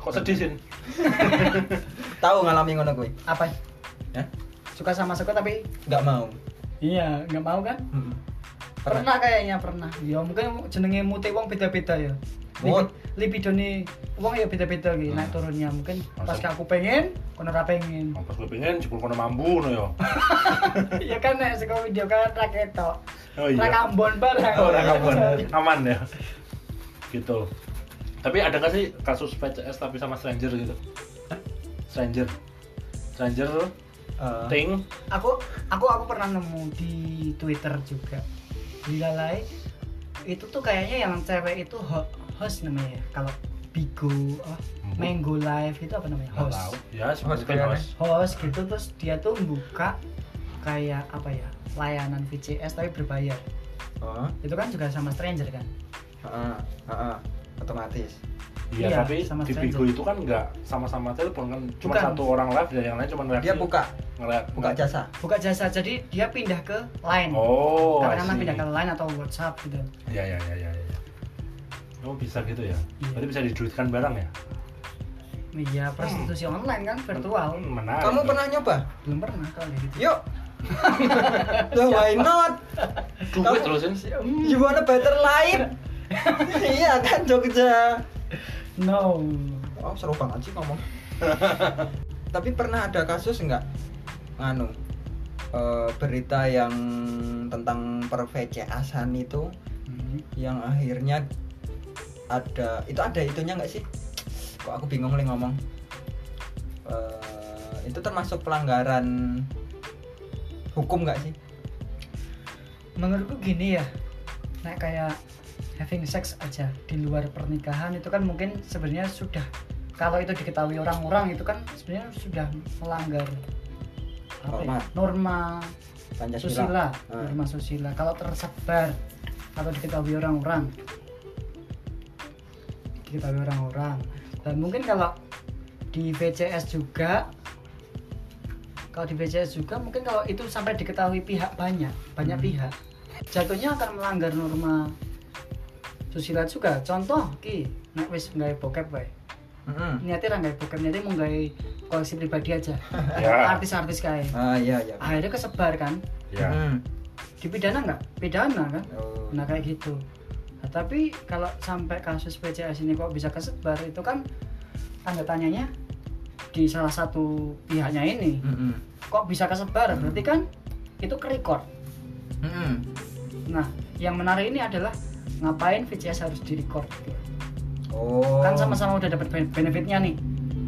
[SPEAKER 1] Kok sedih sih?
[SPEAKER 2] Tahu ngalami ngono kowe?
[SPEAKER 3] Apa?
[SPEAKER 2] Ya?
[SPEAKER 3] Suka sama suka tapi
[SPEAKER 2] Enggak mau.
[SPEAKER 3] iya nggak mau kan?
[SPEAKER 2] Mm-mm.
[SPEAKER 3] Pernah,
[SPEAKER 2] Pernah.
[SPEAKER 3] kayaknya pernah. Ya mungkin jenenge mute wong beda-beda ya.
[SPEAKER 2] Mut.
[SPEAKER 3] Libidone wong ya beda-beda iki naik turunnya mungkin pas
[SPEAKER 1] Masa-
[SPEAKER 3] aku pengen kono ora pengen.
[SPEAKER 1] Mampus gue pengen jebul kono mambu no yo.
[SPEAKER 3] ya kan nek saka video kan ra ketok.
[SPEAKER 1] Oh
[SPEAKER 3] Ra
[SPEAKER 1] iya.
[SPEAKER 3] kambon barang.
[SPEAKER 1] Oh, orang aman. Aman ya. Gitu. Tapi ada nggak sih kasus VCS tapi sama stranger gitu? Stranger, stranger,
[SPEAKER 2] Eh,
[SPEAKER 1] thing,
[SPEAKER 3] aku aku aku pernah nemu di Twitter juga di lalai itu tuh kayaknya yang cewek itu ho- host namanya ya. kalau Bigo apa, Mango Live itu apa namanya
[SPEAKER 1] Nggak tahu.
[SPEAKER 3] host
[SPEAKER 1] Ya,
[SPEAKER 2] Host
[SPEAKER 1] mungkin
[SPEAKER 2] kayaknya.
[SPEAKER 1] host.
[SPEAKER 3] host gitu terus dia tuh buka kayak apa ya layanan VCS tapi berbayar
[SPEAKER 2] oh,
[SPEAKER 3] itu kan juga sama stranger kan
[SPEAKER 2] heeh, heeh, eh, otomatis.
[SPEAKER 1] Iya,
[SPEAKER 3] Iya,
[SPEAKER 1] tapi
[SPEAKER 3] sama
[SPEAKER 1] di
[SPEAKER 3] stranger.
[SPEAKER 1] Bigo itu kan nggak sama-sama telepon kan, cuma
[SPEAKER 3] Bukan.
[SPEAKER 1] satu orang live dan yang lain cuma live.
[SPEAKER 2] Dia buka,
[SPEAKER 1] ngeliat
[SPEAKER 2] buka jasa.
[SPEAKER 3] buka jasa jadi dia pindah ke lain
[SPEAKER 1] Oh,
[SPEAKER 3] karena
[SPEAKER 1] I see.
[SPEAKER 3] pindah ke lain atau WhatsApp gitu
[SPEAKER 1] Ya, ya, ya, ya, ya. Oh, bisa gitu ya?
[SPEAKER 3] Iya.
[SPEAKER 1] Berarti bisa diduitkan barang ya?
[SPEAKER 3] media prostitusi online kan virtual
[SPEAKER 1] Hmm, menarik.
[SPEAKER 2] Kamu
[SPEAKER 1] tuh.
[SPEAKER 2] pernah nyoba?
[SPEAKER 3] belum pernah kalau kayak gitu
[SPEAKER 2] Yuk. Loh, why not?
[SPEAKER 1] Eh, duit
[SPEAKER 2] kamu- Iya.
[SPEAKER 1] terusin? Hmm.
[SPEAKER 2] You wanna better life? iya kan Jogja.
[SPEAKER 3] no
[SPEAKER 2] Oh seru banget sih ngomong. Tapi pernah ada kasus nggak? Anu eh, berita yang tentang per VCS-an itu
[SPEAKER 3] Hmm.
[SPEAKER 2] yang akhirnya ada itu ada itunya nggak sih? Kok aku bingung nih ngomong. Eh, itu termasuk pelanggaran hukum nggak sih?
[SPEAKER 3] menurutku gini ya nah kayak having sex aja di luar pernikahan itu kan mungkin sebenarnya sudah kalau itu diketahui orang-orang itu kan sebenarnya sudah melanggar apa ya, norma
[SPEAKER 2] Pancasila.
[SPEAKER 3] susila
[SPEAKER 2] Ah.
[SPEAKER 3] norma susila kalau tersebar atau diketahui orang-orang diketahui orang-orang dan mungkin kalau di VCS juga kalau di VCS juga mungkin kalau itu sampai diketahui pihak banyak banyak pihak jatuhnya akan melanggar norma susila juga contoh ki nek wis nggak bokep wae
[SPEAKER 2] Mm-mm.
[SPEAKER 3] niatnya nggak bokep niatnya mau nggak koleksi pribadi aja
[SPEAKER 1] Ya,
[SPEAKER 3] artis-artis kayak
[SPEAKER 2] Ah iya iya.
[SPEAKER 3] akhirnya kesebar kan
[SPEAKER 1] ya.
[SPEAKER 2] Mm.
[SPEAKER 3] dipidana nggak? Pidana kan?
[SPEAKER 2] Oh.
[SPEAKER 3] Nah kayak gitu. Nah, tapi kalau sampai kasus PCS ini kok bisa kesebar itu kan tanda tanyanya di salah satu pihaknya ini
[SPEAKER 2] Mm-mm.
[SPEAKER 3] kok bisa kesebar berarti kan itu ke record.
[SPEAKER 2] Mm-mm.
[SPEAKER 3] Nah yang menarik ini adalah ngapain VCS harus di record?
[SPEAKER 2] Oh.
[SPEAKER 3] Kan sama-sama udah dapat ben- benefitnya nih.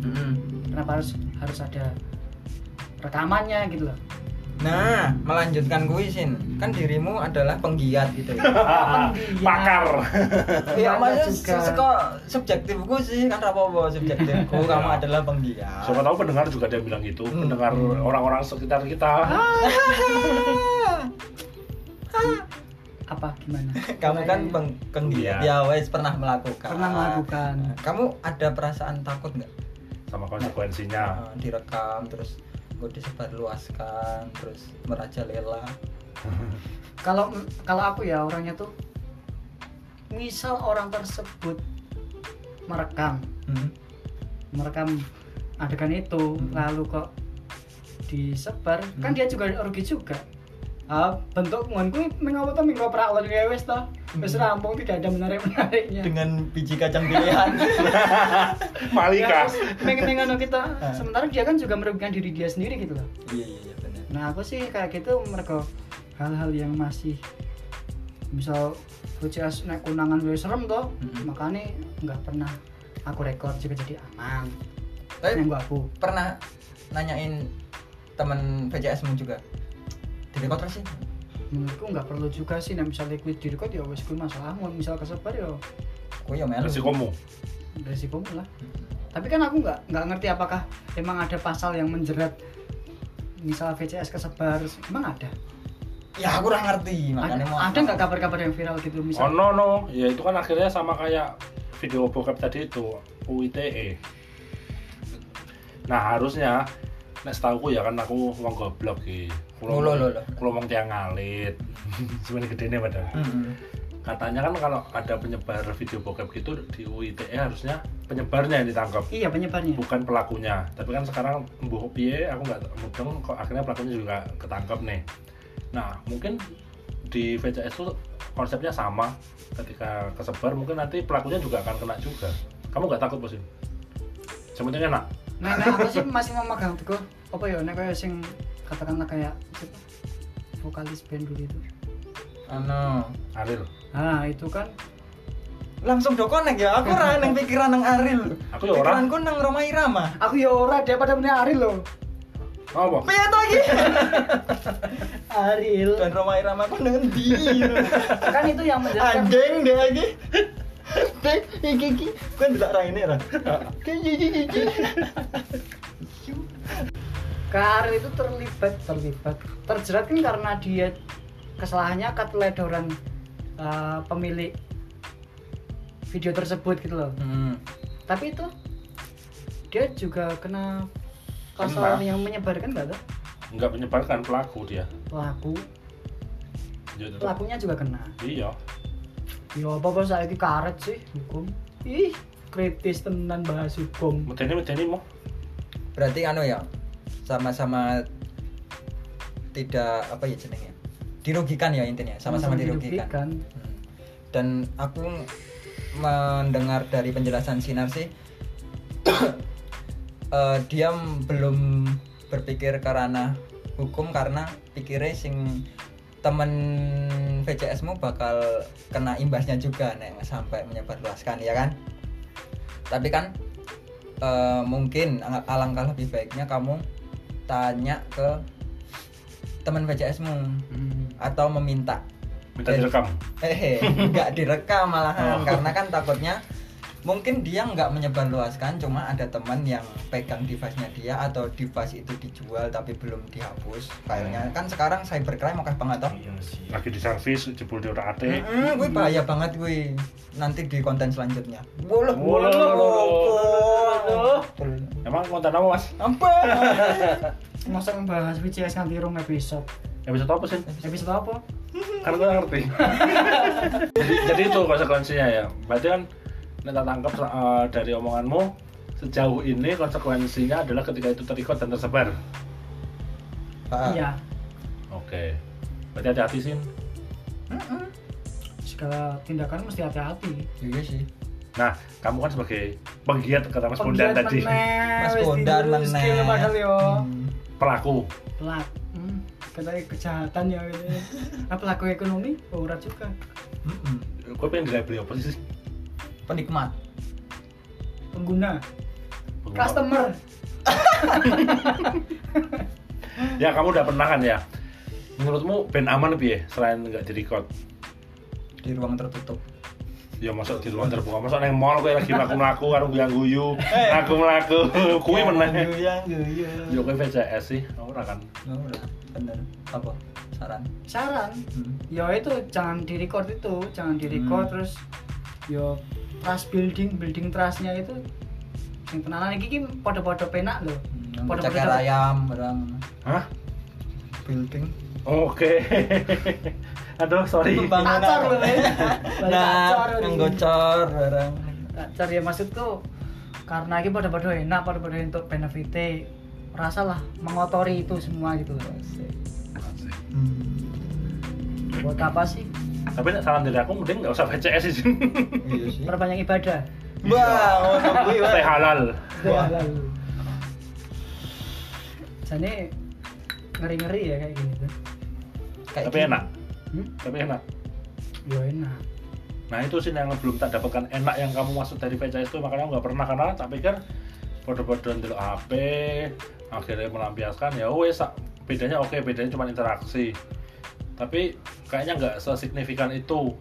[SPEAKER 2] Mm-mm.
[SPEAKER 3] Kenapa harus harus ada rekamannya gitu loh?
[SPEAKER 2] Nah, melanjutkan kuisin. Kan dirimu adalah penggiat gitu. ya.
[SPEAKER 3] Pendiam.
[SPEAKER 1] Ah, Pakar.
[SPEAKER 2] ya
[SPEAKER 3] Mana
[SPEAKER 2] maksudnya
[SPEAKER 3] juga.
[SPEAKER 2] se- seko- subjektifku sih kan rapopo subjektifku kamu
[SPEAKER 3] Iya.
[SPEAKER 2] adalah penggiat.
[SPEAKER 1] Siapa tahu pendengar juga ada yang bilang gitu,
[SPEAKER 2] Hmm.
[SPEAKER 1] pendengar orang-orang sekitar kita.
[SPEAKER 3] Apa gimana?
[SPEAKER 2] kamu kan
[SPEAKER 3] Kayaknya
[SPEAKER 2] peng- Ah. penggiat.
[SPEAKER 1] Iya.
[SPEAKER 2] Ya wes pernah melakukan. Nah,
[SPEAKER 3] pernah melakukan.
[SPEAKER 2] Kamu ada perasaan takut nggak
[SPEAKER 1] sama konsekuensinya.
[SPEAKER 2] Eh, direkam terus gue disebarluaskan terus merajalela?
[SPEAKER 3] kalau kalau aku ya orangnya tuh misal orang tersebut merekam
[SPEAKER 2] Hmm.
[SPEAKER 3] merekam adegan itu
[SPEAKER 2] Hmm.
[SPEAKER 3] lalu kok disebar kan
[SPEAKER 2] Hmm.
[SPEAKER 3] dia juga rugi juga Ah, bentuk ngonku mengapa tuh minggu perawat kayak wes toh wes
[SPEAKER 2] Hmm.
[SPEAKER 3] rampung tidak ada menarik
[SPEAKER 2] Ya.
[SPEAKER 3] menariknya
[SPEAKER 2] Dengan biji kacang pilihan.
[SPEAKER 1] Malika.
[SPEAKER 2] Iya.
[SPEAKER 3] pengen kita
[SPEAKER 2] Ah.
[SPEAKER 3] sementara dia kan juga merugikan diri dia sendiri gitu loh
[SPEAKER 2] Iya iya iya benar.
[SPEAKER 3] Nah aku sih kayak gitu mereka hal-hal yang masih misal VCS naik undangan gue serem toh
[SPEAKER 2] Mm-mm.
[SPEAKER 3] makanya nggak pernah aku rekor juga jadi aman
[SPEAKER 2] Tapi
[SPEAKER 3] yang gua aku
[SPEAKER 2] pernah nanyain temen VCSmu juga di record sih
[SPEAKER 3] menurutku nggak perlu juga sih nah misalnya gue diri kok ya wes gue masalahmu misal kesebar ya
[SPEAKER 2] aku ya melu
[SPEAKER 1] Resikomu.
[SPEAKER 3] resikomu lah tapi kan aku nggak nggak ngerti apakah emang ada pasal yang menjerat misal VCS kesebar emang ada
[SPEAKER 2] ya aku kurang ngerti
[SPEAKER 3] ada
[SPEAKER 2] makanya mau
[SPEAKER 3] ada nggak kabar-kabar yang viral gitu
[SPEAKER 1] Oh
[SPEAKER 3] misal
[SPEAKER 1] no no, ya itu kan akhirnya sama kayak video bokep tadi itu UITE. E. Nah harusnya, nek setahu ya kan aku wong goblok ki.
[SPEAKER 2] Oh, lo, lo, lo.
[SPEAKER 1] Kulo wong tiang ngalit. Sebenarnya gede nih padahal.
[SPEAKER 2] Mm-mm.
[SPEAKER 1] Katanya kan kalau ada penyebar video bokep gitu di UITE harusnya penyebarnya yang ditangkap
[SPEAKER 3] iya penyebarnya
[SPEAKER 1] bukan pelakunya tapi kan sekarang mbuh piye aku nggak mudeng kok akhirnya pelakunya juga ketangkap nih nah mungkin di VCS itu konsepnya sama ketika kesebar mungkin nanti pelakunya juga akan kena juga kamu nggak takut bosin sebenarnya enak
[SPEAKER 3] Nah, nah aku sih masih memegang teguh apa ya nek kayak sing katakanlah kayak siapa? vokalis band dulu itu.
[SPEAKER 2] Ano.
[SPEAKER 1] Aril
[SPEAKER 3] Nah, itu kan
[SPEAKER 2] langsung do connect ya aku ora nang pikiran nang Aril
[SPEAKER 1] Aku ya ora.
[SPEAKER 2] pikiranku nang Roma Irama
[SPEAKER 3] aku ya ora dia pada punya Ariel loh
[SPEAKER 1] Apa?
[SPEAKER 2] piye to iki
[SPEAKER 3] Ariel
[SPEAKER 2] dan Roma Irama ku nang endi
[SPEAKER 3] kan itu yang menjelaskan
[SPEAKER 2] anjing deh iki Dek, iki iki kan tidak raine ra. Iki iki iki.
[SPEAKER 3] Karir itu terlibat terlibat terjerat kan karena dia kesalahannya keteledoran eh, pemilik video tersebut gitu loh
[SPEAKER 2] Hmm.
[SPEAKER 3] tapi itu dia juga kena
[SPEAKER 1] Kena.
[SPEAKER 3] kesalahan yang menyebarkan nggak tuh
[SPEAKER 1] Nggak menyebarkan pelaku dia.
[SPEAKER 3] pelaku
[SPEAKER 1] Dia tetap-
[SPEAKER 3] pelakunya juga kena
[SPEAKER 1] Iya.
[SPEAKER 3] ya apa apa saya karet sih hukum ih kritis tenan bahas hukum
[SPEAKER 1] Medeni medeni mau.
[SPEAKER 2] Berarti anu ya sama-sama tidak apa ya jenengnya dirugikan ya intinya sama-sama dirugikan. Hmm. dan aku mendengar dari penjelasan sinar sih eh, dia m- belum berpikir karena hukum karena pikirnya sing temen VCSmu bakal kena imbasnya juga nek sampai menyebarluaskan ya kan tapi kan eh, mungkin al- alangkah lebih baiknya kamu tanya ke teman VCSmu atau meminta
[SPEAKER 1] Minta
[SPEAKER 2] Eh.
[SPEAKER 1] direkam.
[SPEAKER 2] hehe nggak direkam malahan
[SPEAKER 1] Oh.
[SPEAKER 2] karena kan takutnya mungkin dia nggak menyebarluaskan cuma ada teman yang pegang device-nya dia atau device itu dijual tapi belum dihapus filenya kan sekarang cybercrime oke banget
[SPEAKER 3] kan?
[SPEAKER 2] toh
[SPEAKER 4] Iya sih.
[SPEAKER 1] Lagi di servis jebol di otak atik.
[SPEAKER 2] Mm, gue bahaya banget gue nanti di konten selanjutnya boleh
[SPEAKER 1] Boleh, boleh. Emang konten apa mas?
[SPEAKER 2] apa
[SPEAKER 3] masa ngebahas BCS nanti rong episode
[SPEAKER 1] Episode apa sih?
[SPEAKER 3] episode apa
[SPEAKER 1] Karena gue nggak ngerti. jadi, jadi itu konsekuensinya ya. Berarti kan yang tak tangkap eh, dari omonganmu sejauh ini konsekuensinya adalah ketika itu terikot dan tersebar.
[SPEAKER 2] Ah,
[SPEAKER 3] iya
[SPEAKER 1] Oke. Berarti hati-hati sih.
[SPEAKER 3] segala tindakan mesti hati-hati
[SPEAKER 2] iya sih
[SPEAKER 1] Nah, kamu kan sebagai penggiat kata Mas Bondan
[SPEAKER 3] Penggiat
[SPEAKER 1] tadi,
[SPEAKER 3] meneh,
[SPEAKER 2] mas
[SPEAKER 3] Ah, wis
[SPEAKER 2] Bondan
[SPEAKER 3] tidur, wis
[SPEAKER 2] meneh
[SPEAKER 3] kilo padahal yo
[SPEAKER 2] Hmm.
[SPEAKER 1] pelaku.
[SPEAKER 3] pelak hmm. katanya kejahatan ya gitu ya. nah, pelaku ekonomi Oh, ora juga
[SPEAKER 2] Mm-mm.
[SPEAKER 1] Gue pengen nilai beli apa sih?
[SPEAKER 2] penikmat
[SPEAKER 3] pengguna customer
[SPEAKER 1] Ya, kamu udah pernah kan ya? Menurutmu band aman piye selain nggak di record?
[SPEAKER 2] di ruang tertutup
[SPEAKER 1] Ya masuk di ruang terbuka, masuk neng mall kowe lagi mlaku-mlaku karo guyang guyu,
[SPEAKER 3] Eh.
[SPEAKER 1] mlaku-mlaku kuwi meneh.
[SPEAKER 2] Guyu, guyu.
[SPEAKER 1] Yo kowe VCS sih, ora kan.
[SPEAKER 2] Oh, udah. bener apa saran
[SPEAKER 3] saran
[SPEAKER 2] Hmm.
[SPEAKER 3] ya itu jangan di record itu jangan di record
[SPEAKER 2] Hmm.
[SPEAKER 3] terus yo trust building building trustnya itu yang tenanan iki ki podo-podo penak lho
[SPEAKER 2] Hmm,
[SPEAKER 3] Podo-podo
[SPEAKER 2] ceker
[SPEAKER 3] dapat-
[SPEAKER 2] ayam orang
[SPEAKER 1] Hah?
[SPEAKER 2] building
[SPEAKER 1] Oke. Aduh, sorry.
[SPEAKER 3] Kacor lho, men.
[SPEAKER 2] nah
[SPEAKER 3] Kacor.
[SPEAKER 2] yang gocor orang
[SPEAKER 3] Cari ya maksudku karena ini pada-pada enak pada-pada untuk benefitnya rasalah mengotori itu semua gitu loh
[SPEAKER 2] Hmm.
[SPEAKER 3] buat apa sih
[SPEAKER 1] Tapi nek saran dari aku mending nggak usah VCS sih.
[SPEAKER 2] iya sih oh,
[SPEAKER 3] perbanyak ibadah
[SPEAKER 2] wah ngono kuwi, wah.
[SPEAKER 1] Teh halal.
[SPEAKER 2] Wah.
[SPEAKER 3] jadi ngeri-ngeri ya kayak gini tuh
[SPEAKER 2] Kayak
[SPEAKER 1] Tapi
[SPEAKER 2] gini.
[SPEAKER 1] enak,
[SPEAKER 3] hmm?
[SPEAKER 1] tapi enak.
[SPEAKER 3] ya enak
[SPEAKER 1] Nah itu sih yang belum tak dapatkan enak yang kamu maksud dari VCS itu makanya aku nggak pernah karena tak pikir bodoh-bodoh dulu HP akhirnya melampiaskan ya wes sak- bedanya oke bedanya cuma interaksi tapi kayaknya nggak sesignifikan itu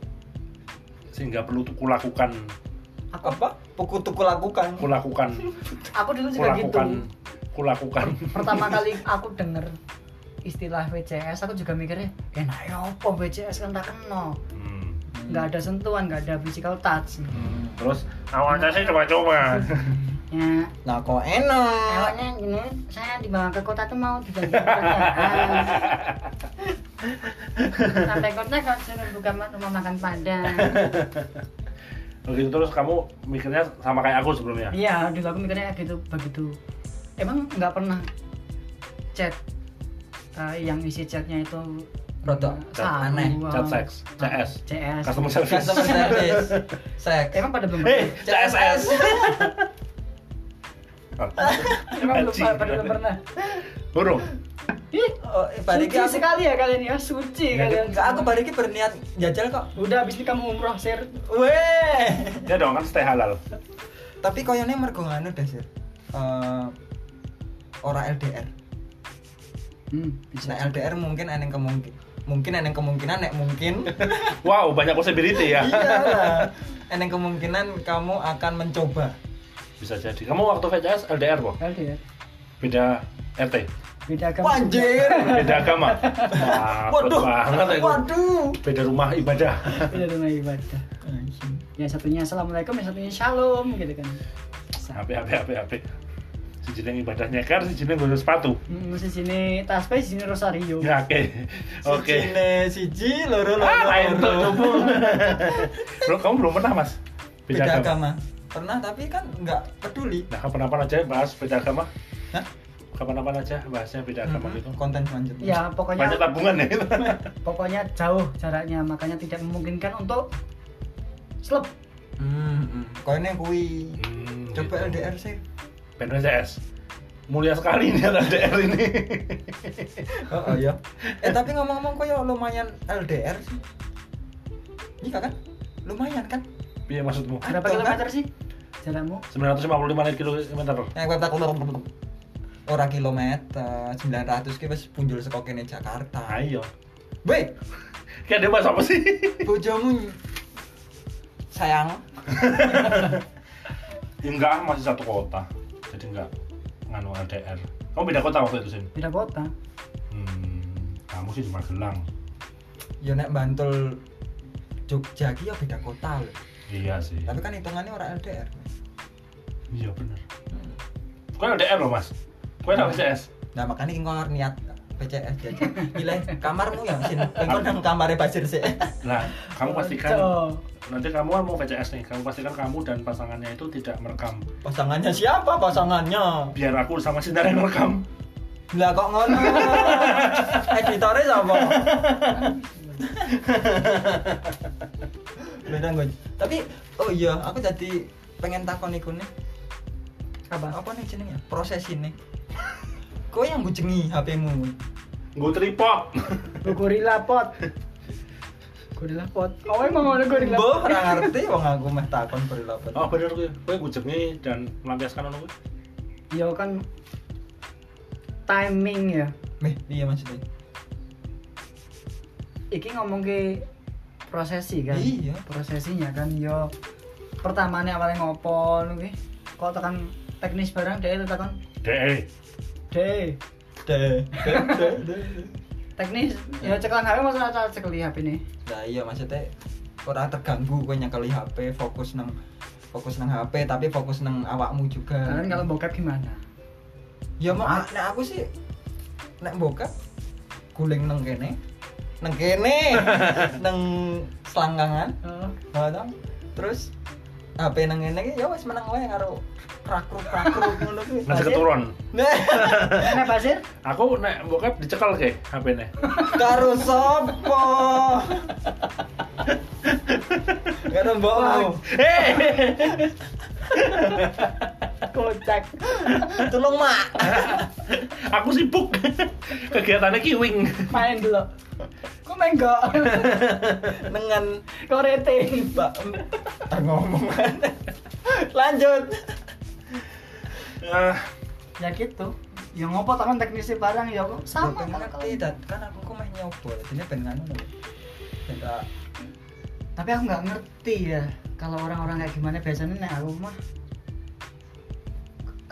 [SPEAKER 1] sehingga perlu ku lakukan
[SPEAKER 3] aku
[SPEAKER 2] apa kan. pukul tuku lakukan
[SPEAKER 1] ku lakukan
[SPEAKER 3] aku dulu
[SPEAKER 1] ku
[SPEAKER 3] juga gitu
[SPEAKER 1] lakukan ku lakukan
[SPEAKER 3] pertama kali aku denger istilah VCS aku juga mikirnya enak ya apa VCS kan tak kenal
[SPEAKER 1] Hmm.
[SPEAKER 3] nggak ada sentuhan nggak ada physical touch
[SPEAKER 1] Hmm. terus awalnya sih coba-coba Hmm.
[SPEAKER 3] ya
[SPEAKER 2] nah kok enak
[SPEAKER 3] Awalnya gini, Ya, saya dibawa ke kota tuh mau dibantu pekerjaan. Sampai kota kalau suruh buka ma- rumah makan padang.
[SPEAKER 1] begitu terus kamu mikirnya sama kayak aku sebelumnya
[SPEAKER 3] Iya, dulu aku mikirnya gitu begitu. Emang nggak pernah chat eh, yang isi chatnya itu
[SPEAKER 2] Rotok,
[SPEAKER 3] eh,
[SPEAKER 1] chat
[SPEAKER 3] saru,
[SPEAKER 2] aneh,
[SPEAKER 3] eh,
[SPEAKER 1] chat seks, CS.
[SPEAKER 3] CS.
[SPEAKER 1] customer service Eh,
[SPEAKER 2] customer service sek
[SPEAKER 3] Emang pada belum
[SPEAKER 1] Hei,
[SPEAKER 3] pernah?
[SPEAKER 1] CSS.
[SPEAKER 3] Emang belum pada belum pernah?
[SPEAKER 1] Burung.
[SPEAKER 3] Ih,
[SPEAKER 2] Oh, eh, balik
[SPEAKER 3] suci
[SPEAKER 2] aku,
[SPEAKER 3] sekali ya kalian ya, suci
[SPEAKER 1] Nggak,
[SPEAKER 3] kalian.
[SPEAKER 2] Nggak, aku
[SPEAKER 3] semua.
[SPEAKER 2] balik berniat jajal kok.
[SPEAKER 3] Udah habis ini kamu umroh, Sir.
[SPEAKER 2] Weh.
[SPEAKER 1] Ya dong kan stay halal.
[SPEAKER 2] Tapi koyone mergo nganu deh, Sir. Eh, ora LDR.
[SPEAKER 3] Hmm, bisa.
[SPEAKER 2] Nek LDR mungkin eneng kemungkin mungkin eneng kemungkinan nek mungkin
[SPEAKER 1] Wow, banyak possibility ya.
[SPEAKER 2] iya eneng kemungkinan kamu akan mencoba
[SPEAKER 1] Bisa jadi. Kamu waktu VCS LDR kok?
[SPEAKER 3] LDR.
[SPEAKER 1] Beda RT,
[SPEAKER 3] ya? Beda agama.
[SPEAKER 2] Wanjir
[SPEAKER 1] beda agama. Wah,
[SPEAKER 2] waduh
[SPEAKER 1] banget itu.
[SPEAKER 2] waduh
[SPEAKER 1] Beda rumah ibadah.
[SPEAKER 3] Beda rumah ibadah. Ya satunya assalamualaikum, yang satunya shalom gitu kan.
[SPEAKER 1] HP HP HP HP. Si jeneng ibadahnya kan si jeneng gue sepatu.
[SPEAKER 3] Hmm, di sini tasbih, di sini rosario.
[SPEAKER 1] Ya, Oke. Oke.
[SPEAKER 2] Siji ne, siji loro loro
[SPEAKER 1] Ah, lain tuh
[SPEAKER 2] loro.
[SPEAKER 1] kamu. Belum kamu belum pernah, Mas?
[SPEAKER 2] beda agama pernah tapi kan nggak peduli
[SPEAKER 1] Nah, kapan-kapan aja bahas beda agama.
[SPEAKER 2] Hah? Hmm.
[SPEAKER 1] Kapan-kapan aja bahasnya beda agama gitu.
[SPEAKER 2] konten selanjutnya
[SPEAKER 3] Ya, pokoknya
[SPEAKER 1] Banyak tabungan ya
[SPEAKER 2] Hmm,
[SPEAKER 1] gitu.
[SPEAKER 3] pokoknya jauh jaraknya, makanya tidak memungkinkan untuk slep.
[SPEAKER 2] hmm, hmm. koyone kui coba
[SPEAKER 1] gitu.
[SPEAKER 2] LDR sih
[SPEAKER 1] Band VCS. Mulia sekali ini LDR ini.
[SPEAKER 2] oh, oh iya eh tapi ngomong-ngomong koyo lumayan LDR sih iya kan lumayan kan
[SPEAKER 1] Iya maksudmu?
[SPEAKER 3] Berapa
[SPEAKER 2] Atau
[SPEAKER 3] kilometer sih jarakmu?
[SPEAKER 1] 955 kilometer.
[SPEAKER 2] Eh, kowe tak ora kilometer 900 ki wis punjul saka kene Jakarta.
[SPEAKER 1] Ayo. Nah,
[SPEAKER 2] Weh,
[SPEAKER 1] iya. Kayak dia bahas apa sih?
[SPEAKER 2] bojomu sayang
[SPEAKER 1] Ya, Enggak, masih satu kota. Jadi enggak nganu LDR. Kamu beda kota waktu itu, Sin?
[SPEAKER 3] Beda kota.
[SPEAKER 1] Hmm, kamu sih di Magelang.
[SPEAKER 2] ya nek Bantul Jogja ki ya beda kota lho.
[SPEAKER 1] Iya sih.
[SPEAKER 2] Tapi kan hitungannya ora LDR.
[SPEAKER 1] Iya benar. Kue LDR loh mas. Kue ada VCS.
[SPEAKER 2] Nah, makanya ki ngor niat PCS jadi milih kamarmu ya sin. Engko nang kamare Basir sih.
[SPEAKER 1] Nah, kamu pastikan
[SPEAKER 3] Cocok.
[SPEAKER 1] nanti kamu kan mau VCS nih. Kamu pastikan kamu dan pasangannya itu tidak merekam.
[SPEAKER 2] Pasangannya siapa? Pasangannya.
[SPEAKER 1] Biar aku sama Sinar yang merekam.
[SPEAKER 2] Lah kok ngono? Editore sapa? Beda gue. Tapi oh iya, aku jadi pengen takon iku nih.
[SPEAKER 3] Apa?
[SPEAKER 2] Apa nih jenenge? Proses ini. Kowe yang gujengi HP-mu.
[SPEAKER 1] Gue tripod.
[SPEAKER 3] Lu gorila pot. Gorila pot. Oh, emang ada gorila
[SPEAKER 2] Mbok
[SPEAKER 3] pot.
[SPEAKER 2] ora ngerti wong aku meh takon berlapet.
[SPEAKER 1] Oh benar gue. Kue gujengi dan melampiaskan ono gue.
[SPEAKER 3] Ya kan timing ya.
[SPEAKER 2] Meh, iya maksudnya.
[SPEAKER 3] Iki ngomong ke prosesi kan.
[SPEAKER 2] Iya.
[SPEAKER 3] Prosesinya kan yo pertamane awalnya ngopo kuwi. Kok tekan teknis barang dhewe tekan
[SPEAKER 1] Deh.
[SPEAKER 3] dhewe.
[SPEAKER 2] Deh. deh, deh, deh.
[SPEAKER 3] Teknis ya cekelan HP masuk acara cekeli HP nih.
[SPEAKER 2] Nah iya maksudnya ora terganggu kowe nyekeli HP fokus nang fokus nang HP tapi fokus nang awakmu juga.
[SPEAKER 3] Kalian Kan kalau bokep gimana?
[SPEAKER 2] Ya mau nek aku sih nek bokap guling nang kene. Nang kene. nang selangkangan.
[SPEAKER 3] Oh,
[SPEAKER 2] Nah, tau. Terus HP nang kene ki ya wis menang wae karo krakruk-krakruk ngono kuwi.
[SPEAKER 1] Nasi keturun.
[SPEAKER 2] Nah,
[SPEAKER 3] Enak Basir?
[SPEAKER 1] Aku nek bokap dicekal ke HP-nya.
[SPEAKER 2] karo sapa? Karo mbokmu.
[SPEAKER 3] Kocak.
[SPEAKER 2] Tolong mak.
[SPEAKER 1] Aku sibuk. Kegiatannya kiwing.
[SPEAKER 3] Main dulu. Kok main gak?
[SPEAKER 2] Dengan
[SPEAKER 3] Kok rating?
[SPEAKER 2] Mbak ngomong. Lanjut.
[SPEAKER 1] Ah,
[SPEAKER 3] ya gitu ya ngopo tangan teknisi barang ya kok
[SPEAKER 2] Bukan
[SPEAKER 3] sama kan
[SPEAKER 2] ngerti, Dan. kan aku kok meh nyoba. Jadi ben ngono. Ben tak
[SPEAKER 3] tapi aku nggak ngerti ya kalau orang-orang kayak gimana biasanya nek aku mah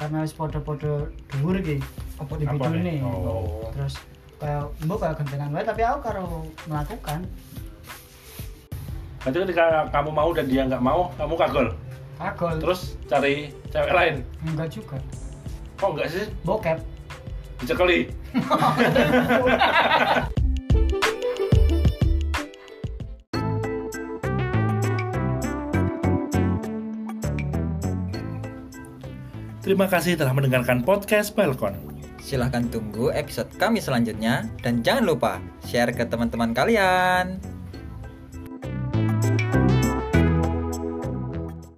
[SPEAKER 3] karena wis podo-podo dhuwur iki
[SPEAKER 2] apa
[SPEAKER 3] di
[SPEAKER 2] di
[SPEAKER 1] Apa nih?
[SPEAKER 3] bidune
[SPEAKER 1] Oh.
[SPEAKER 3] terus kayak mbok kayak gentenan wae tapi aku karo melakukan
[SPEAKER 1] berarti ketika kamu mau dan dia nggak mau, kamu kagol.
[SPEAKER 3] kagol
[SPEAKER 1] Terus cari cewek lain.
[SPEAKER 3] enggak juga
[SPEAKER 1] Kok enggak sih?
[SPEAKER 3] bokep
[SPEAKER 1] Dicekeli. Terima kasih telah mendengarkan podcast Balkon.
[SPEAKER 2] Silahkan tunggu episode kami selanjutnya dan jangan lupa share ke teman-teman kalian.